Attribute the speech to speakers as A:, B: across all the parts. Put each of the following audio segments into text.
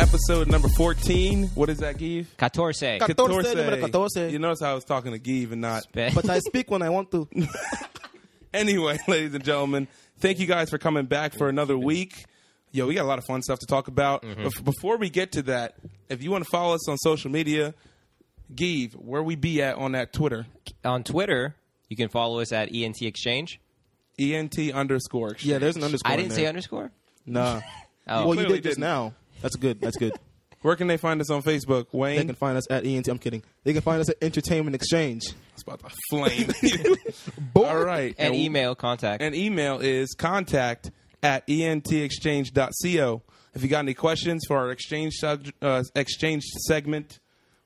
A: episode number 14. What does that give?
B: Catorce.
C: Cat- 14, number 14.
A: You notice how I was talking to Give and not.
C: But I speak when I want to.
A: Anyway, ladies and gentlemen, thank you guys for coming back for another week. Yo, we got a lot of fun stuff to talk about. Bef- Before we get to that, if you want to follow us on social media, Give, where we be at on that Twitter,
B: on Twitter, you can follow us at ENT Exchange.
A: ENT E underscore.
C: Yeah, there's an underscore.
B: I
C: in
B: didn't
C: there.
B: say underscore.
A: Nah.
B: Oh,
C: Well, you
A: Clearly
C: did just
A: didn't.
C: now. That's good. That's good.
A: Where can they find us on Facebook,
C: They
A: Wayne?
C: can find us at ENT. I'm kidding. They can find us at Entertainment Exchange.
A: It's about to flame. All right.
B: and
A: email.
B: email contact.
A: and email is contact at entexchange.co. If you got any questions for our exchange sub- uh, exchange segment,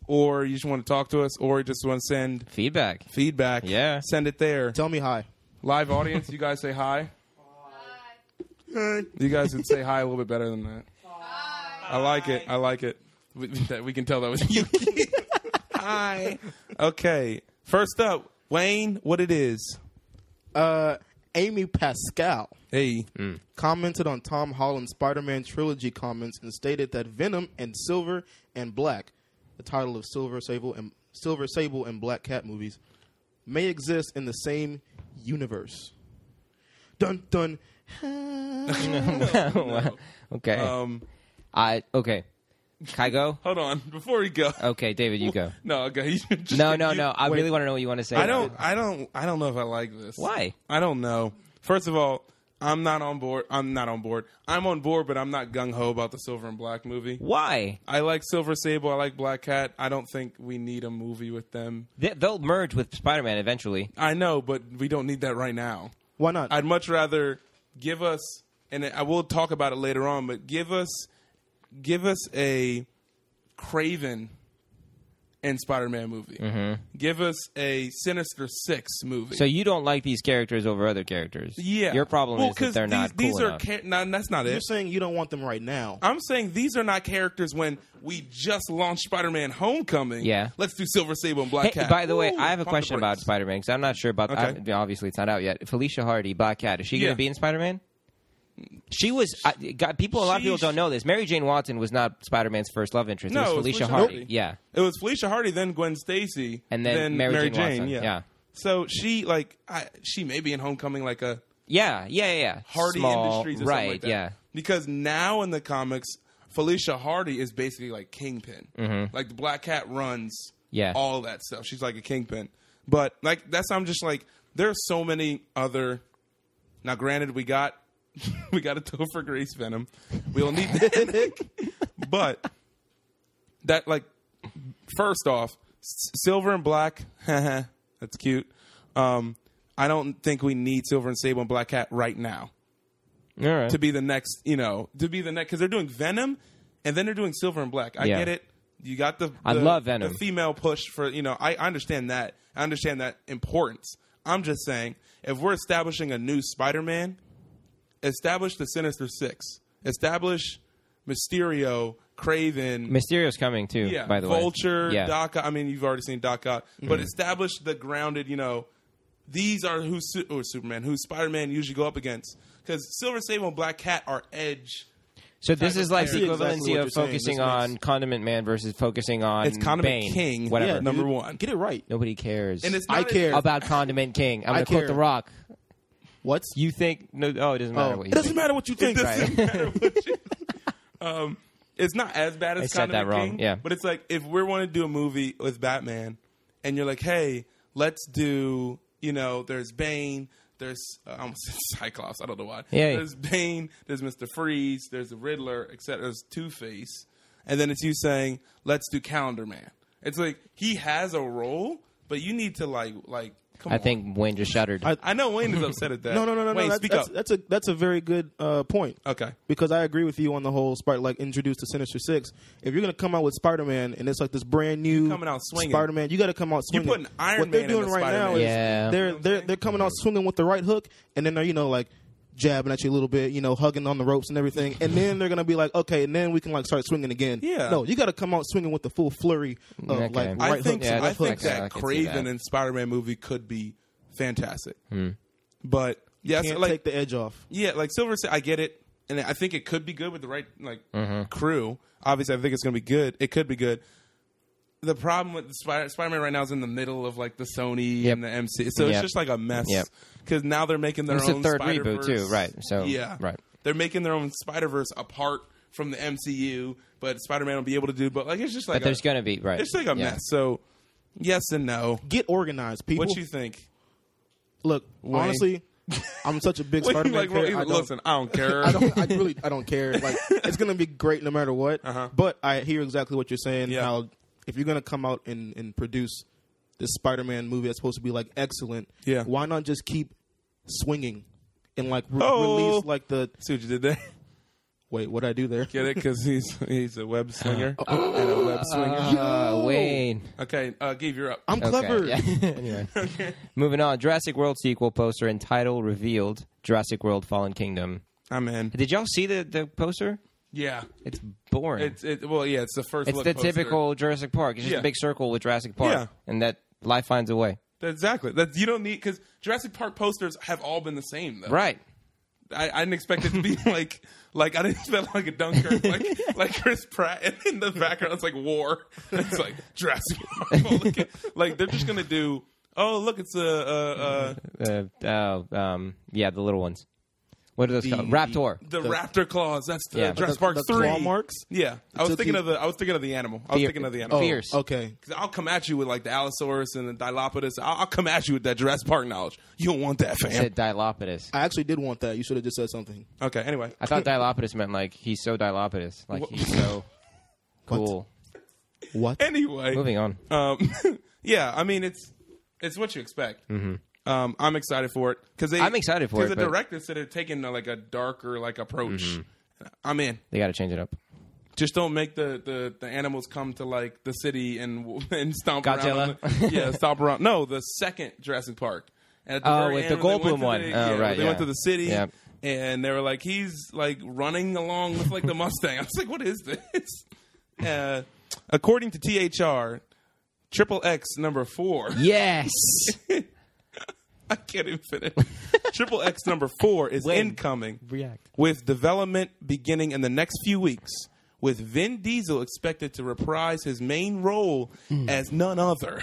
A: or you just want to talk to us, or you just want to send
B: feedback.
A: feedback,
B: Yeah.
A: send it there.
C: Tell me hi.
A: Live audience, you guys say hi. Hi. You guys can say hi a little bit better than that. Hi. I like it. I like it. We, that- we can tell that was you. hi. Okay. First up, Wayne. What it is?
C: Uh, Amy Pascal
A: Hey.
C: commented on Tom Holland's Spider-Man trilogy comments and stated that Venom and Silver and Black, the title of Silver Sable and Silver Sable and Black Cat movies, may exist in the same universe. Dun dun.
B: okay.
A: Um.
B: I okay. Can I go?
A: Hold on, before we go.
B: Okay, David, you go.
A: No, okay. you just-
B: Uh, No, no,
A: you-
B: no. I
A: wait.
B: really want to know what you want to say.
A: I don't. I don't. I don't know if I like this.
B: Why?
A: I don't know. First of all, I'm not on board. I'm not on board. I'm on board, but I'm not gung ho about the Silver and Black movie.
B: Why?
A: I like Silver Sable. I like Black Cat. I don't think we need a movie with them.
B: They, they'll merge with Spider-Man eventually.
A: I know, but we don't need that right now.
C: Why not?
A: I'd much rather give us, and I will talk about it later on, but give us, give us a Craven and Spider-Man movie. Give us a Sinister Six movie.
B: Mm-hmm. So you don't like these characters over other characters.
A: yeah,
B: Your problem
A: Well,
B: is that
A: 'cause
B: they're
A: these,
B: not
A: These
B: cool
A: are
B: enough.
A: char- no, that's not
C: You're
A: it.
C: saying you don't want them right now.
A: I'm saying these are not characters when we just launched Spider-Man: Homecoming.
B: Yeah.
A: let's do Silver Sable and Black
B: Hey,
A: Cat.
B: by the way,
A: Ooh,
B: I have a
A: pump the
B: question about
A: brakes.
B: Spider-Man because I'm not sure about.
A: Okay.
B: I- obviously, it's not out yet. Felicia Hardy, Black Cat, is she
A: Yeah.
B: going to be in Spider-Man? She was. I, got, people, a lot of people
A: She's-
B: don't know this. Mary Jane Watson was not Spider-Man's first love interest.
A: No,
B: it was
A: it was
B: Felicia
A: Felicia
B: Hardy.
A: Hardy.
B: Yeah,
A: It was Felicia Hardy, then Gwen Stacy,
B: And then Mary Jane Watson, yeah.
A: So she like I, she may be in Homecoming like a
B: yeah, yeah, yeah. yeah.
A: Hardy
B: Small,
A: Industries, or
B: right?
A: Something like that.
B: Yeah.
A: Because now in the comics, Felicia Hardy is basically like Kingpin. Like the Black Cat runs,
B: Mm-hmm. Yeah.
A: all that stuff. She's like a Kingpin. But like that's I'm just like there are so many other. Now, granted, we got we got a Topher Grace Venom. We'll need that, but that like first off, s- silver and black. that's cute. Um, I don't think we need silver and sable and black cat right now
B: All right.
A: to be the next. You know, to be the next because they're doing Venom, and then they're doing Silver and Black. I
B: Yeah.
A: get it. You got the, the
B: I love Venom.
A: the female push for you know. I, I understand that. I understand that importance. I'm just saying, if we're establishing a new Spider-Man, establish the Sinister Six. Establish Mysterio, Craven,
B: Mysterio's coming too.
A: yeah,
B: by the
A: Vulture,
B: way. Yeah. Mm-hmm.
A: Doc. I mean, you've already seen Doc Ock, but establish the grounded. You know, these are who su- or Superman, who Spider Man usually go up against because Silver Sable and Black Cat are edge.
B: So this
A: type
B: is
A: of
B: like
A: player.
B: the
C: I see exactly
B: equivalency
C: what
B: of
C: you're saying. This
B: focusing
C: makes-
B: on Condiment Man versus focusing on
A: It's Condiment
B: Bane,
A: King.
B: Whatever.
C: Yeah,
A: Number
C: dude.
A: one.
C: Get it right.
B: Nobody cares.
A: And it's
C: I
A: not a-
C: care.
B: about Condiment King. I'm
C: I
B: going to quote
C: care.
B: The Rock.
C: What?
B: You think? No. Oh, it doesn't matter
C: Oh,
B: what you think.
C: it doesn't matter what you
A: It
C: think.
A: doesn't matter what you- um, it's not as bad as
B: I said that
A: Condiment
B: wrong,
A: King,
B: yeah.
A: but it's like if we want to do a movie with Batman, and you're like, hey, let's do you know, there's Bane. There's uh, I almost said Cyclops. I don't know why.
B: Yeah.
A: There's Bane. There's Mister Freeze. There's the Riddler. Except there's Two Face, and then it's you saying, "Let's do Calendar Man." It's like he has a role, but you need to like like. Come
B: I
A: on.
B: think Wayne just shuddered.
C: I-
A: I know Wayne is upset at that.
C: No, no, no, no,
A: Wayne,
C: no. That's,
A: speak
C: that's,
A: up.
C: that's a that's a very good uh, point.
A: Okay.
C: Because I agree with you on the whole Spider like introduce the Sinister Six. If you're gonna come out with Spider Man and it's like this brand new
A: coming out swinging.
C: Spider Man, you got to come out swinging.
A: putting Iron
C: what they're
A: Man in
C: doing
A: the
C: right now
A: Spider-Man.
C: is
B: Yeah.
C: they're
A: You know what I'm
C: they're
A: saying?
C: they're coming out swinging with the right hook, and then they're you know like jabbing at you a little bit, you know, hugging on the ropes and everything, and then they're gonna be like, okay, and then we can like start swinging again.
A: Yeah.
C: No, you got to come out swinging with the full flurry of
B: Okay.
C: like
B: I
C: right
A: I think
C: hooks
B: Yeah,
C: and
A: I
C: left
B: that's
A: think
C: hooks.
B: okay. I
A: that
B: can see
A: Craven
B: that.
A: and Spider-Man movie could be fantastic. But yes,
D: Hmm.
C: Can't
A: like
C: take the edge off.
A: yeah, like Silver. Sa- I get it. and I think it could be good with the right like
D: Mm-hmm.
A: crew. Obviously, I think it's going to be good. It could be good. The problem with Spider Man right now is in the middle of like the Sony
D: Yep.
A: and the MC, so
D: Yep.
A: it's just like a mess.
D: Yep.
A: Because now they're making their
D: It's a
A: own
D: third
A: Spider-Verse.
D: reboot, too, right, so-
A: yeah,
D: right.
A: They're making their own Spider Verse apart from the MCU, but Spider Man will be able to do. But like, it's just like
D: But there's
A: a-
D: going to be right.
A: it's like a
D: yeah.
A: mess. So yes and no.
C: Get organized, people.
A: What you think?
C: Look,
A: Wayne.
C: honestly, I'm such a big
A: What you
C: Spider-Man
A: like?
C: fan.
A: Well,
C: I don't-
A: listen, I don't care.
C: I don't. I really. I don't care. Like it's gonna be great no matter what.
A: Uh-huh.
C: But I hear exactly what you're saying.
A: Yeah.
C: How if you're gonna come out and, and produce this Spider-Man movie that's supposed to be like excellent,
A: Yeah.
C: Why not just keep swinging and like re-
A: Oh.
C: release like the
A: See what you did there.
C: wait? What I do there?
A: Get it? Because he's he's a web slinger and a web swinger.
D: Uh, Wayne.
A: okay, uh, Gabe, you're up.
C: I'm clever.
D: Okay, yeah. anyway. Moving on. Jurassic World sequel poster and title revealed Jurassic World Fallen Kingdom.
A: I'm in.
D: Did y'all see the, the poster?
A: Yeah,
D: It's boring.
A: it's it. Well, yeah, it's the first.
D: It's
A: look
D: the
A: poster.
D: typical Jurassic Park. It's just
A: Yeah.
D: a big circle with Jurassic Park.
A: Yeah.
D: And that life finds a way.
A: Exactly. That you don't need because Jurassic Park posters have all been the same. Though.
D: Right.
A: I, I didn't expect it to be like like I didn't expect like a Dunkirk like like Chris Pratt and in the background it's like war. It's like Jurassic Park. Look at- like they're just gonna do. Oh look, it's a, a, a
D: Uh, oh, um, yeah, the little ones. What are those called? Raptor.
A: the, raptor claws. That's the
D: Yeah.
A: Jurassic
C: The-
A: Park
C: the
A: three
C: claw marks?
A: Yeah, I was
C: Took
A: thinking
C: you-
A: of the I was thinking of the animal. I was
D: Fear-
A: thinking of the
D: Oh.
A: animal.
D: Fear. Fierce.
C: Okay.
A: 'Cause I'll come at you with like the Allosaurus and the Dilophotus. I'll, I'll come at you with that Jurassic Park knowledge. You don't want that, fam.
D: I said Dilopidus.
C: I actually did want that. You should have just said something.
A: okay. Anyway,
D: I thought Dilopidus meant like he's so Dilopidus. Like he's so cool.
C: What?
A: anyway,
D: Moving on.
A: Um, yeah, I mean it's it's what you expect. Um, I'm excited for it because
D: Mm-hmm. I'm excited for it,
A: because the
D: but-
A: director said they're taking uh, like a darker like approach.
D: Mm-hmm.
A: I'm in.
D: They got to change it up.
A: Just don't make the, the, the animals come to like the city and and stomp around.
D: Godzilla?
A: on the- yeah, stomp around. No, the second Jurassic Park. At
D: Oh,
A: very
D: with
A: end, when
D: the
A: they went
D: Goldblum
A: to
D: one.
A: the-
D: Oh,
A: yeah, when
D: right,
A: They went
D: yeah.
A: to the city.
D: Yep.
A: And they were like, he's like running along with like the Mustang. I was like, what is this? Uh, according to THR, Triple X number four.
D: Yes.
A: I can't even finish. Triple X number four is incoming.
D: React.
A: With development beginning in the next few weeks, with Vin Diesel expected to reprise his main role
D: Hmm.
A: as none other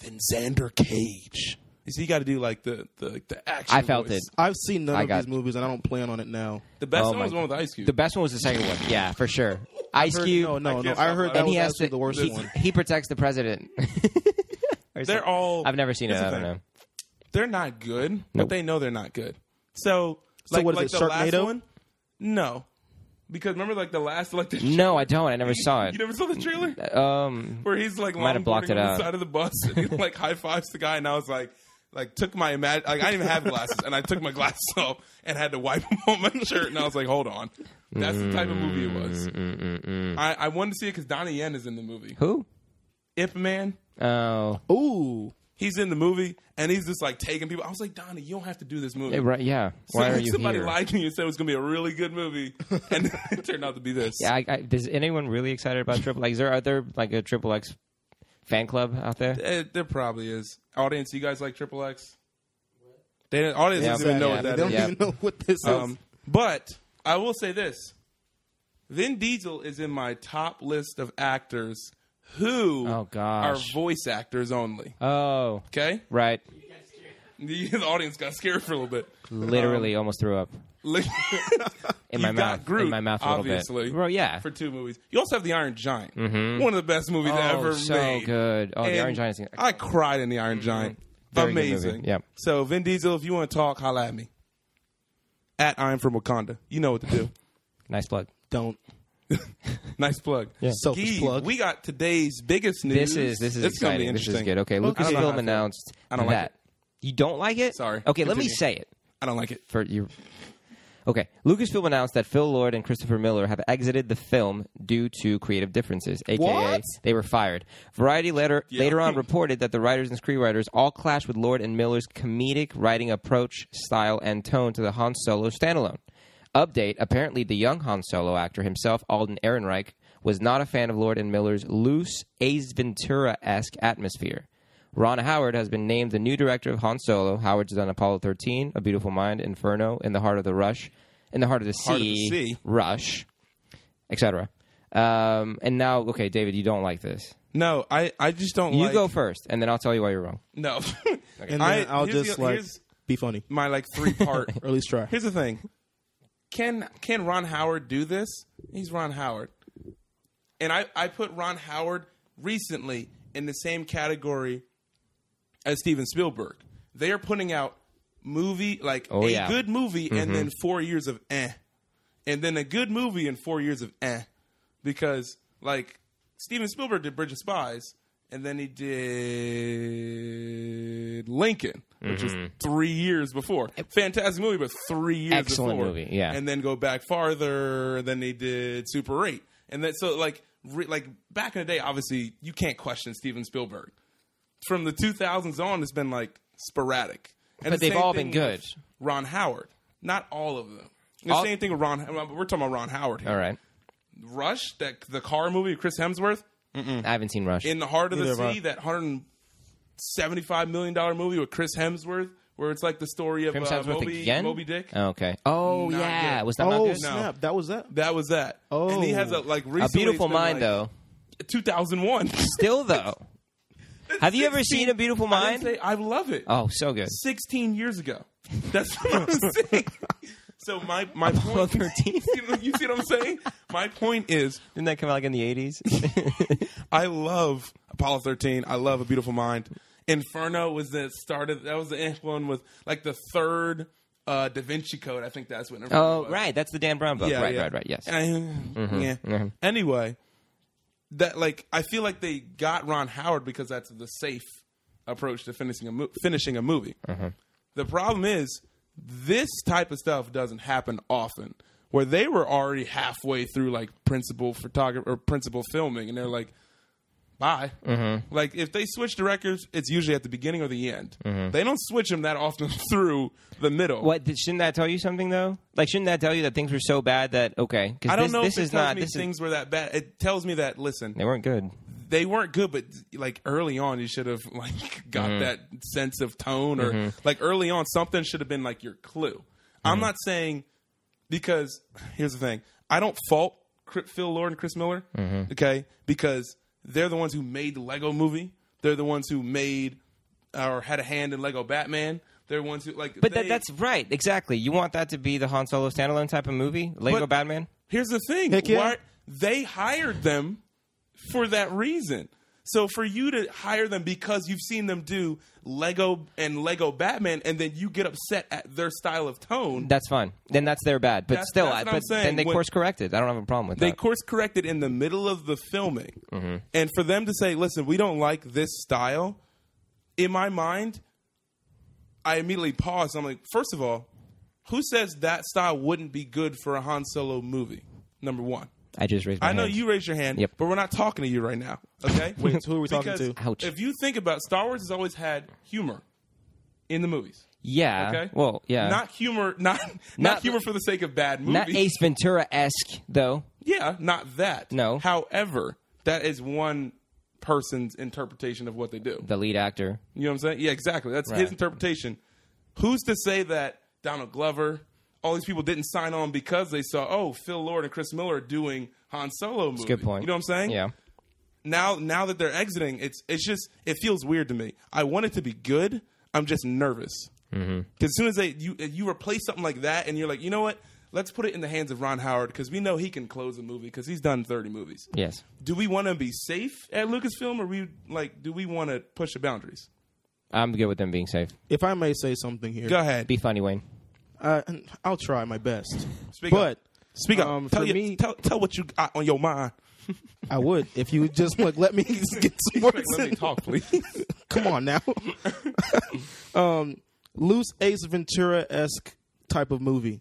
A: than Xander Cage. You see, you got to do like the the, the action.
D: I felt
A: voice.
D: it.
C: I've seen none
D: I
C: of
D: got-
C: these movies, and I don't plan on it now.
A: The best
D: Oh
A: one
D: my-
A: was one with Ice Cube.
D: The best one was the second one. Yeah, for sure. Ice
C: Heard-
D: Cube.
C: no, no,
A: I
C: no.
A: can't
C: I
A: stop
C: heard
A: laughing.
C: that
D: and
C: was
D: he has
C: actually
D: to,
C: the worst
D: he,
C: one.
D: he protects the president. Or
A: they're
D: something.
A: all.
D: I've never seen it.
A: Here's the
D: I don't
A: thing.
D: know.
A: They're not good, but
D: Nope.
A: they know they're not good. So,
C: So
A: like,
C: what is
A: like
C: it,
A: the last
C: Sharknado?
A: one? No, because remember, like the last, like the
D: No, I don't. I never Mm, saw it.
A: You never saw the trailer?
D: Um,
A: where he's like
D: Might have
A: longboarding
D: blocked
A: on
D: it
A: the
D: out.
A: side of the bus and he like high fives the guy and I was like like took my imag- like I didn't even have glasses and I took my glasses off and had to wipe them on my shirt and I was like hold on that's the type of movie it
D: Mm,
A: was I, I wanted to see it because Donnie Yen is in the movie
D: who?
A: Ip Man
D: Oh,
C: Ooh.
A: he's in the movie and he's just like taking people I was like Donnie you don't have to do this movie
D: eh, right. Yeah. Why are you
A: somebody
D: here?
A: lied to you and said it was gonna be a really good movie and it turned out to be this
D: Yeah, I, I, is anyone really excited about Triple X? Is there are there like a Triple X fan club out there?
A: Eh, there probably is audience you guys like Triple X they didn't, audience
D: Yeah.
A: doesn't even know
D: Yeah,
A: what
C: They
A: that
C: don't
A: is.
D: Yeah.
C: even know what this is.
A: Um, but I will say this: Vin Diesel is in my top list of actors who
D: Oh,
A: are
D: gosh.
A: voice actors only.
D: Oh,
A: Okay,
D: right.
A: the, the audience got scared for a little bit.
C: Um,
D: Literally, almost threw up
A: Li- You
D: in my
A: got
D: mouth.
A: Groot,
D: in my mouth a little
A: obviously.
D: bit. Well, yeah.
A: for two movies, you also have The Iron Giant, one of the best movies
D: oh,
A: ever
D: so
A: made.
D: good. Oh, the
A: And
D: Iron Giant. Is,
A: I cried in The Iron Giant.
D: Very good
A: Amazing.
D: movie. Yep.
A: So Vin Diesel, if you want to talk, holla at me. At I'm from Wakanda. You know what to do.
D: nice plug.
C: don't.
A: Nice plug. Yeah.
C: Selfish plug.
A: We got today's biggest news.
D: This is this is
A: It's gonna be
D: exciting. This is
A: interesting.
D: good. Okay,
A: I don't know how I
D: Lucasfilm
A: feel.
D: announced
A: I don't like
D: that.
A: it.
D: You don't like it?
A: Sorry.
D: Okay, let me
A: Continue.
D: say it.
A: I don't like it.
D: for you. Okay, Lucasfilm announced that Phil Lord and Christopher Miller have exited the film due to creative differences, aka
C: What?
D: they were fired. Variety later later on reported that the writers and screenwriters all clashed with Lord and Miller's comedic writing approach, style, and tone to the Han Solo standalone. Update: Apparently, the young Han Solo actor himself, Alden Ehrenreich, was not a fan of Lord and Miller's loose Ace Ventura esque atmosphere. Ron Howard has been named the new director of Han Solo. Howard's done Apollo 13, A Beautiful Mind, Inferno, In the Heart of the Rush, in the heart of the sea,
A: Heart of the Sea.
D: Rush, etc. Um, and now, okay, David, you don't like this.
A: No, I, I just don't
D: You
A: like.
D: go first, and then I'll tell you why you're wrong.
A: No.
C: And then
A: I-
C: I, will
A: here's
C: just
A: the-
C: like
A: here's
C: be funny,
A: my like three part.
C: or at least try.
A: here's the thing: can can Ron Howard do this? He's Ron Howard, and I I put Ron Howard recently in the same category as Steven Spielberg. They are putting out movie like
D: Oh,
A: a
D: yeah. Mm-hmm.
A: good movie and then four years of eh, and then a good movie and four years of eh, because like Steven Spielberg did Bridge of Spies. And then he did Lincoln, which was three years before. Fantastic movie, but three years
D: Excellent
A: before.
D: movie, yeah.
A: And then go back farther. Then they did Super Eight, and then so like re, like back in the day, obviously you can't question Steven Spielberg from the 2000s on, it's been like sporadic. And
D: But
A: the
D: they've
A: same
D: all
A: thing
D: been good.
A: with Ron Howard, not all of them. The
D: All- Uh,
A: same thing with Ron. We're talking about Ron Howard here.
D: All right,
A: Rush, that the car movie, with Chris Hemsworth,
D: I haven't seen Rush.
A: in the heart of the
C: Neither have
A: sea, that 175 million dollar movie with Chris Hemsworth, where it's like the story of
D: Chris
A: uh,
D: Hemsworth
A: Moby,
D: again?
A: Moby Dick.
D: Oh, okay. Oh
A: Not
D: yeah,
A: good.
D: was that not
C: Oh
D: good?
C: snap! That was that.
A: That was that. and he
C: Oh.
A: has a like recently,
D: A Beautiful
A: it's been,
D: Mind
A: like,
D: though.
A: 2001.
D: Still though. Have you ever seen A Beautiful
A: I didn't
D: Mind?
A: say- I love it.
D: Oh, so good.
A: 16 years ago. That's what I'm saying. So my my
D: Apollo
A: point,
D: 13.
A: you, see, what- you see what I'm saying? My point is,
D: Didn't that come out like in the eighties?
A: I love Apollo 13. I love A Beautiful Mind. Inferno was the start of that was the eh one with like the third uh, Da Vinci Code. I think that's when. Inferno
D: oh,
A: was.
D: right. That's the Dan Brown book.
A: Yeah,
D: right,
A: yeah.
D: right, right. Yes. Mm-hmm.
A: And I, yeah. Anyway, that like I feel like they got Ron Howard because that's the safe approach to finishing a mo- finishing a movie.
D: Mm-hmm.
A: The problem is this type of stuff doesn't happen often. Where they were already halfway through like principal photography or principal filming, and they're like, "Bye."
D: Mm-hmm.
A: Like if they switch directors, it's usually at the beginning or the end.
D: Mm-hmm.
A: They don't switch them that often through the middle.
D: What did- shouldn't that tell you something though? Like, shouldn't that tell you that things were so bad that okay? Because
A: I don't
D: this,
A: know
D: this
A: if it
D: is
A: tells
D: not
A: me
D: this
A: things were that bad. It tells me that listen,
D: is they weren't good.
A: they weren't good, but like early on, you should have like got
D: Mm-hmm.
A: that sense of tone, or like early on, something should have been like your clue.
D: Mm-hmm.
A: I'm not saying because here's the thing: I don't fault Cri- Phil Lord and Chris Miller,
D: Mm-hmm.
A: okay, because they're the ones who made the Lego Movie. They're the ones who made or had a hand in Lego Batman. They're the ones who like,
D: But
A: they-
D: that, that's right, exactly. You want that to be the Han Solo standalone type of movie, Lego
A: But-
D: Batman.
A: Here's the thing.
C: Heck yeah.
A: Why, they hired them for that reason. So for you to hire them because you've seen them do Lego and Lego Batman, and then you get upset at their style of tone,
D: That's fine. Then that's their bad. But
A: That's-
D: still,
A: that's
D: I,
A: what I'm
D: but then
A: saying.
D: they
A: When-
D: course corrected. I don't have a problem with
A: they
D: that.
A: course corrected in the middle of the filming.
C: Mm-hmm.
A: And for them to say, listen, we don't like this style, in my mind, I immediately paused. I'm like, first of all, who says that style wouldn't be good for a Han Solo movie? Number one.
D: I just raised. My
A: I know
D: hand.
A: you raised your hand,
D: Yep.
A: but we're not talking to you right now. Okay?
C: Wait, who are we talking
A: Because
C: to?
D: Ouch.
A: If you think about Star Wars has always had humor in the movies.
D: Yeah.
A: Okay?
D: Uh, Well, yeah.
A: Not humor not not,
D: Not-
A: humor for the sake of bad movies.
D: not Ace Ventura esque though.
A: Yeah, not that.
D: No.
A: However, that is one person's interpretation of what they do.
D: The lead actor.
A: You know what I'm saying? Yeah, exactly. That's
D: Right.
A: his interpretation. Who's to say that Donald Glover, all these people didn't sign on because they saw, oh, Phil Lord and Chris Miller are doing Han Solo movie.
D: Good point.
A: You know what I'm saying?
D: Yeah.
A: now now that they're exiting, it's it's just it feels weird to me. I want it to be good. I'm just nervous because
C: Mm-hmm.
A: as soon as they you you replace something like that, and you're like, you know what? Let's put it in the hands of Ron Howard because we know he can close a movie because he's done 30 movies.
D: Yes.
A: Do we want to be safe at Lucasfilm, or we like do we want to push the boundaries?
D: I'm good with them being safe.
C: If I may say something here,
A: Go ahead.
D: Be funny, Wayne.
C: I, I'll try my best.
A: Speak
C: but
A: up. Speak up.
C: um,
A: tell,
C: for
A: you,
C: me-
A: tell tell what you got on your mind.
C: I would if you would just like let me get some words.
A: Let
C: in.
A: me talk, please.
C: Come on now. um, loose Ace Ventura esque type of movie.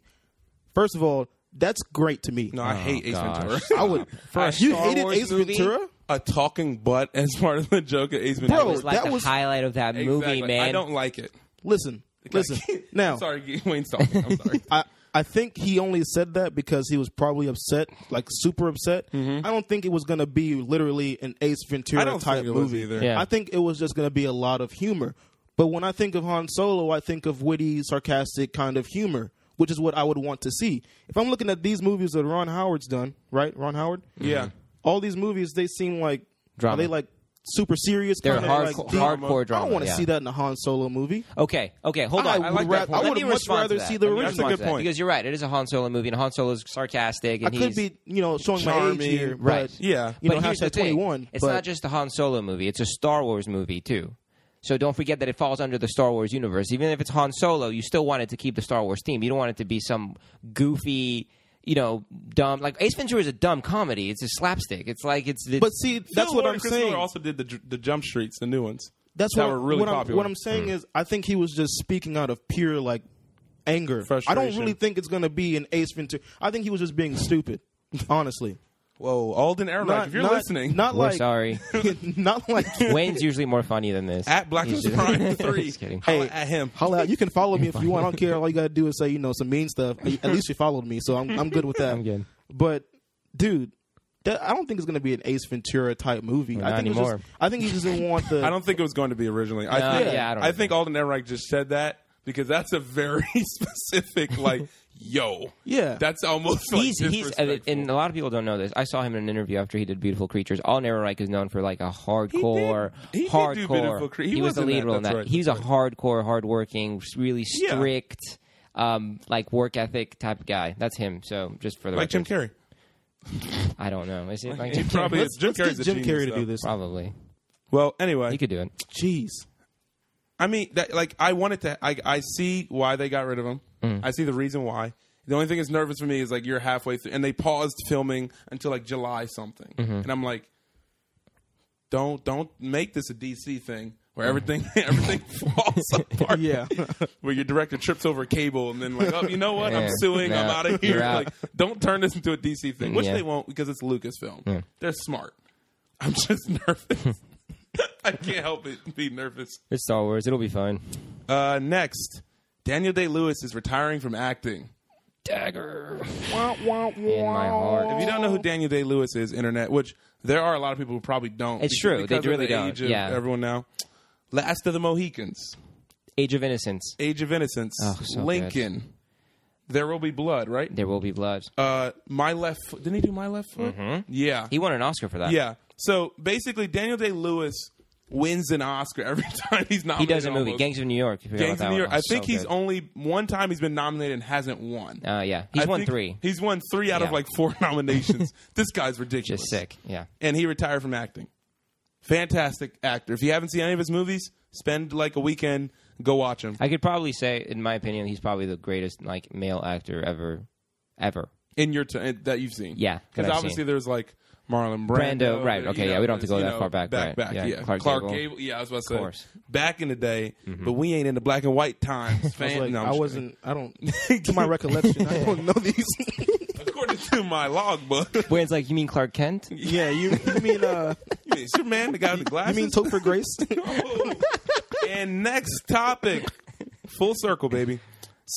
C: First of all, that's great to me.
A: No, I hate Ace
D: gosh.
A: Ventura.
C: I would. Oh, you hated
D: Wars
C: Ace
D: movie?
C: Ventura?
A: A talking butt as part of the joke of Ace Ventura.
C: Bro,
D: It's like
C: that
D: the
C: was-
D: highlight of that
A: Exactly.
D: movie, man.
A: I don't like it.
C: Listen, listen. Now,
A: sorry, Wayne's talking. I'm sorry.
C: I I think he only said that because he was probably upset, like super upset. I don't think it was going to be literally an Ace Ventura
A: Mm-hmm. I don't
C: type
A: think it was
C: movie
A: either.
D: Yeah.
C: I think it was just going to be a lot of humor. But when I think of Han Solo, I think of witty, sarcastic kind of humor, which is what I would want to see. If I'm looking at these movies that Ron Howard's done, right? Ron Howard.
A: Mm-hmm. Yeah.
C: All these movies, they seem like
D: Drama.
C: are they like super serious?
D: They're
C: kinda
D: hard,
C: like deep?
D: hardcore
C: I
D: drama.
C: don't want to
D: yeah.
C: see that in a Han Solo movie.
D: Okay, okay, hold on.
C: I
D: I,
C: would
D: like
C: ra-
D: that point.
C: I
D: Let
C: would
D: me
C: much
D: respond to
C: rather
D: that.
C: see the
D: Let me
C: original.
A: That's
D: respond
A: a
D: to
A: good
D: that,
A: point.
D: Because you're right. It is a Han Solo movie, and Han Solo's sarcastic.
C: I
D: And
C: could
D: he's,
C: be, you know, showing my
A: Charming,
C: age here,
D: Right.
C: But,
A: Yeah.
C: you know,
D: but here's the
C: hashtag
D: thing.
C: twenty one.
D: It's not just a Han Solo movie. It's a Star Wars movie too. So don't forget that it falls under the Star Wars universe. Even if it's Han Solo, you still want it to keep the Star Wars theme. You don't want it to be some goofy, you know, dumb. Like Ace Ventura is a dumb comedy. It's a slapstick. It's like it's. it's
C: But see, that's
A: Phil
C: what
A: Lord
C: I'm
A: and Chris Miller
C: saying.
A: also did the dr- the Jump Streets, the new ones.
C: That's
A: that
C: what,
A: were really
C: what I'm,
A: popular.
C: What I'm saying
D: Hmm.
C: is, I think he was just speaking out of pure like anger. I don't
A: Frustration.
C: really think it's going to be an Ace Ventura. I think he was just being stupid, honestly.
A: Whoa, Alden Ehrenreich,
C: Not-
A: if you're
C: not-
A: listening,
C: not
D: we're
C: like
D: sorry.
C: not like.
D: Wayne's usually more funny than this.
A: at Blackest
D: He's-
A: Prime three,
D: Just kidding.
A: holla at him.
C: Holla out. You can follow me if you want. I don't care. All you gotta do is say, you know, some mean stuff. At least you followed me, so I'm I'm good with that.
D: I'm good.
C: But dude, that, I don't think it's gonna be an Ace Ventura type movie. I
D: not
C: think it was just-
D: anymore.
C: I think he just didn't want the.
A: I don't think it was going to be originally.
D: No,
C: Uh,
A: I think,
D: yeah, I don't know.
A: think Alden Ehrenreich just said that because that's a very specific, like, yo.
C: Yeah. uh,
A: That's almost like
D: he's he's and-
A: disrespectful.
D: and a lot of people don't know this. I saw him in an interview after he did Beautiful Creatures. All Reich is known for like a hardcore,
A: He did- he did do
D: hardcore.
A: Beautiful Crea- he
D: was
A: was
D: the
A: in
D: lead
A: that,
D: role in
A: that's
D: that.
A: right,
D: He's a
A: that's
D: hardcore, hardworking, really
A: Yeah.
D: strict, um, like work ethic type of guy. That's him. So just for the
A: like Jim Carrey.
D: record, I don't know. Is it like
A: He
D: Jim Carrey?
A: probably
C: Let's,
A: is. Jim
C: let's get
A: Carrey's a
C: Jim
A: genius,
C: Carrey to
A: though.
C: do this.
D: Probably
A: Well, anyway,
D: he could do it.
C: Jeez.
A: I mean, that, like I wanted to. I, I see why they got rid of him.
D: Mm.
A: I see the reason why. The only thing that's nervous for me is like you're halfway through, and they paused filming until like July something,
D: Mm-hmm.
A: and I'm like, don't don't make this a DC thing
D: Mm.
A: where everything everything falls apart.
C: Yeah.
A: where your director trips over a cable and then like, oh, you know what?
D: Yeah.
A: I'm suing. I'm
D: No,
A: out of
D: you're
A: here.
D: out.
A: Like, don't turn this into a DC thing, which
D: Yeah.
A: they won't because it's Lucasfilm. They're smart. I'm just nervous. I can't help it be nervous.
D: It's Star Wars. It'll be fine.
A: Uh, next, Daniel Day Lewis is retiring from acting.
D: Dagger
C: Wah, wah, wah.
D: in my
A: If
D: heart.
A: you don't know who Daniel Day Lewis is, internet, which there are a lot of people who probably don't.
D: It's
A: beca-
D: true. They
A: because of
D: really
A: the
D: don't.
A: Age of
D: Yeah.
A: everyone now. Last of the Mohicans,
D: Age of Innocence.
A: Age of Innocence,
D: Oh, so
A: Lincoln. There will be blood, right?
D: There will be blood.
A: Uh, my left. Foot. Didn't he do my left foot?
D: Mm-hmm.
A: Yeah,
D: He won an Oscar for that.
A: yeah. So basically, Daniel Day Lewis wins an Oscar every time he's
D: He
A: nominated.
D: does a movie,
A: almost.
D: Gangs of New York. if you forgot
A: Gangs
D: about
A: of New
D: that
A: York.
D: one.
A: I
D: Oh,
A: think
D: so
A: he's
D: good.
A: only one time he's been nominated and hasn't won.
D: Uh, yeah, he's
A: I
D: won
A: think
D: three.
A: He's won three out
D: Yeah.
A: of like four nominations. this guy's ridiculous.
D: Just sick. Yeah.
A: And he retired from acting. Fantastic actor. If you haven't seen any of his movies, spend like a weekend, go watch him.
D: I could probably say, in my opinion, he's probably the greatest like male actor ever, ever.
A: In your t- that you've seen,
D: Yeah, that
A: Because
D: I've
A: obviously
D: seen.
A: there's like Marlon Brando,
D: Brando, right,
A: there,
D: okay,
A: you
D: yeah, we don't have to
A: there's,
D: go
A: you
D: that far back,
A: Back,
D: right.
A: back,
D: Yeah,
A: yeah.
D: Clark Gable.
A: Yeah, I was about to say.
D: course. Mm-hmm.
A: Back in the day, but we ain't in the black and white times.
C: I, was
A: fan-
C: like,
A: no, I'm
C: I
A: just
C: wasn't. I don't. To my recollection, I don't know these.
A: kidding. According to my logbook,
D: Wayne's like, you mean Clark Kent?
C: yeah, you, you mean uh,
A: it's your man, the guy with the
C: you
A: glasses.
C: mean Topher Grace?
A: and next topic. Full circle, baby.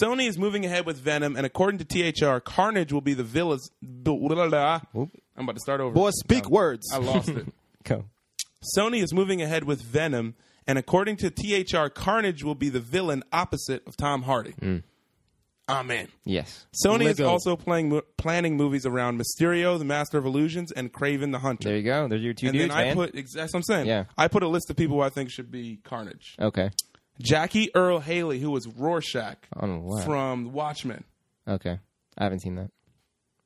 A: Sony is moving ahead with Venom, and according to THR, Carnage will be the villain's. blah, blah, blah. I'm about to start over.
C: Boy, speak words.
A: I lost it.
D: Go.
A: Sony is moving ahead with Venom, and according to THR, Carnage will be the villain opposite of Tom Hardy.
D: Mm.
A: Amen.
D: Yes.
A: Sony is
C: Lego.
A: also playing, mo- planning movies around Mysterio, the Master of Illusions, and Craven the Hunter.
D: There you go. There's your two
A: and
D: dudes,
A: then I
D: man.
A: put ex- that's what I'm saying.
D: Yeah.
A: I put a list of people who I think should be Carnage.
D: okay.
A: Jackie Earl Haley, who was Rorschach
D: On what?
A: from Watchmen.
D: Okay. I haven't seen that.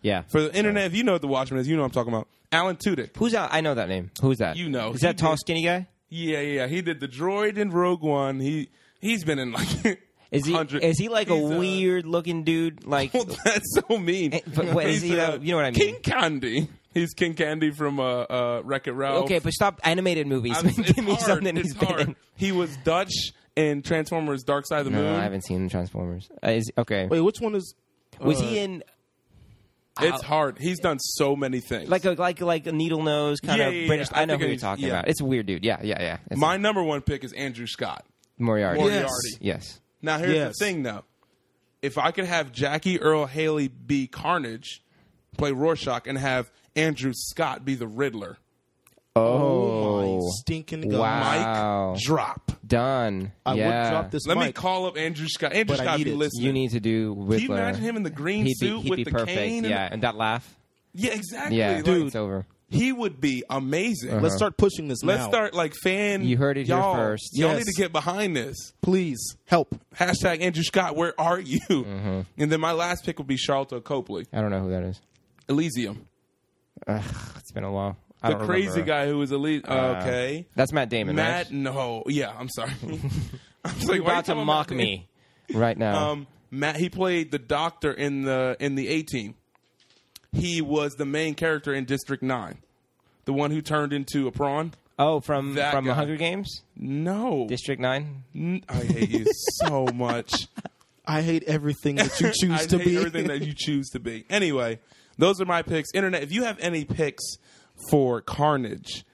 D: Yeah.
A: For the internet, if you know what the Watchmen is, you know what I'm talking about. Alan Tudyk.
D: Who's that? I know that name. Who's that?
A: You know.
D: Is
A: He
D: that tall,
A: did-
D: skinny guy?
A: Yeah, yeah, yeah. He did the droid in Rogue One. He he's been in like
D: Is he?
A: 100
D: Is he like a
A: He's, uh,
D: weird looking dude? Like,
A: Well, that's so mean.
D: Eh, but what is
A: He's,
D: he, though?
A: uh,
D: You know what I mean.
A: King Candy. He's King Candy from uh, uh, Wreck It Ralph.
D: okay, but stop animated movies.
A: I'm- it's
D: Give me
A: hard.
D: something
A: It's
D: he's been
A: hard.
D: in.
A: He was Dutch in Transformers: Dark Side of the
D: No,
A: Moon.
D: I haven't seen Transformers. Uh, is, okay.
C: Wait, which one is?
D: was
A: uh,
D: he in
A: It's hard. He's done so many things.
D: like a like like a needle nose kind
A: Yeah,
D: of
A: yeah, yeah.
D: British.
A: I
D: I know
A: think
D: who
A: I-
D: you're talking
A: yeah.
D: about. It's a weird dude. Yeah, yeah, yeah. It's
A: my number one pick is Andrew Scott.
D: Moriarty.
A: Moriarty.
D: Yes.
A: Now here's
C: Yes.
A: the thing though. If I could have Jackie Earl Haley be Carnage, play Rorschach, and have Andrew Scott be the Riddler,
D: Oh,
C: my stinking god!
D: Wow.
A: Mike drop.
D: done.
C: I
D: yeah.
C: would drop this
A: Let me
C: mic.
A: call up Andrew Scott. Andrew
C: But I
A: Scott,
C: need
A: if you
C: it.
A: listening.
D: You need to do with. uh,
A: Can you imagine him in the green
D: he'd be,
A: suit
D: he'd
A: with
D: be
A: the
D: perfect.
A: cane? and the-
D: yeah, and that laugh.
A: yeah, exactly.
D: Yeah,
A: like,
D: it's
C: Dude.
D: over.
A: he would be amazing.
C: Let's start pushing this
A: Uh-huh. Let's
C: now.
A: start like fan.
D: You heard it here
A: y'all,
D: first.
A: Y'all
C: Yes.
A: need to get behind this.
C: Please help.
A: Hashtag Andrew Scott, where are you?
D: Mm-hmm.
A: And then my last pick would be Charlotte Copley,
D: I don't know who that is.
A: Elysium,
D: Ugh, it's been a while. I
A: the
D: don't
A: crazy
D: remember. Uh,
A: guy who was Elysium. okay,
D: That's Matt Damon,
A: Matt.
D: right?
A: No, yeah, I'm sorry. I'm
D: You're about to mock me right now.
A: Um, Matt, he played the doctor in the in the A Team. He was the main character in District Nine, the one who turned into a prawn.
D: oh, from
A: that
D: from
A: guy.
D: the Hunger Games,
A: No,
D: District Nine.
A: N- I hate you so much.
C: I hate everything that you choose
A: I
C: to
A: hate
C: be.
A: everything that you choose to be. Anyway, those are my picks. Internet, if you have any picks for Carnage,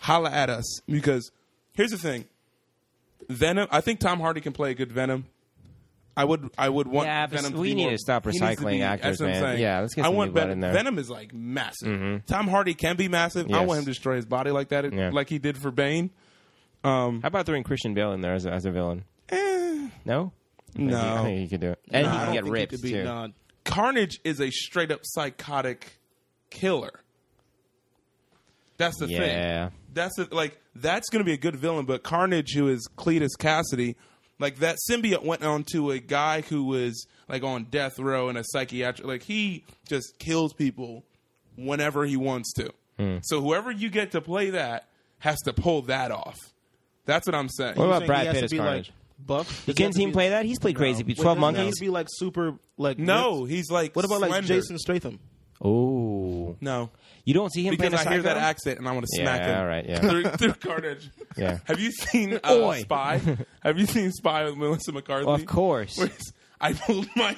A: holla at us because here's the thing: Venom. I think Tom Hardy can play a good Venom. I would, I would want.
D: Yeah, but
A: Venom
D: we
A: be
D: need
A: more-
D: to stop
A: he needs
D: recycling
A: be-
D: actors,
A: that's what I'm
D: man.
A: saying.
D: Yeah, let's get
A: I
D: some
A: want
D: new blood
A: Venom.
D: in there. Mm-hmm.
A: Venom is like massive. Tom Hardy can be massive. I
D: Yes.
A: want him to destroy his body like that,
D: Yeah.
A: like he did for Bane.
D: How about throwing Christian Bale in there as a, as a villain?
A: Eh,
D: No,
A: No.
D: I think he could do it, and
C: Nah,
D: he
C: I
D: can
C: don't
D: get
C: think you
D: ripped
C: could be-
D: too.
C: nah.
A: Carnage is a straight up psychotic killer. That's the
D: Yeah.
A: thing. That's the, like that's going to be a good villain, but Carnage, who is Cletus Cassidy, like that symbiote went on to a guy who was like on death row and a psychiatric. Like he just kills people whenever he wants to.
D: Hmm.
A: So whoever you get to play that has to pull that off. That's what I'm saying.
D: What
C: You
D: about
C: think
D: Brad
C: he has
D: Pitt
C: to
D: as
C: be,
D: Carnage?
C: Like, buff.
D: He couldn't even play that. He's played crazy. Be Twelve Monkeys.
C: Be like super like
A: no,
C: ripped?
A: he's like
C: What about like
A: slender.
C: Jason Statham?
D: Oh,
A: No,
D: you don't see him
A: because
D: playing a
A: I hear that
D: psycho?
A: accent and I want to smack
D: Yeah,
A: him.
D: all right, yeah.
A: through, through Carnage.
D: Yeah.
A: Have you seen uh,
D: Oi.
A: Spy? Have you seen Spy with Melissa McCarthy?
D: Of course.
A: Where it's, I pulled my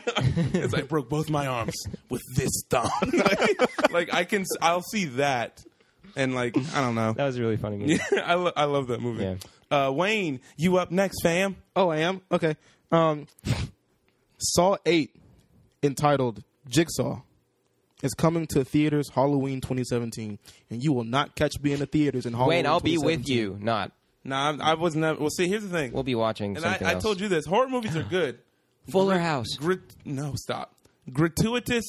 A: as I broke both my arms with this thumb. like, like, I can, s- I'll see that, and like I don't know.
D: That was a really funny movie.
A: Yeah, I, lo- I love that movie. Uh, Wayne, you up next, fam?
C: Oh, I am. Okay. Um, Saw Eight, entitled Jigsaw, is coming to theaters Halloween 2017, and you will not catch me in the theaters in Halloween.
D: Wayne, I'll be with
C: 2017.
D: you. Not.
A: Nah, I'm- I, was never. Well, see, here's the thing.
D: We'll be watching.
A: and I,
D: something
A: I
D: else.
A: told you this. Horror movies are good.
D: Fuller House.
A: Grit, no, stop. Gratuitous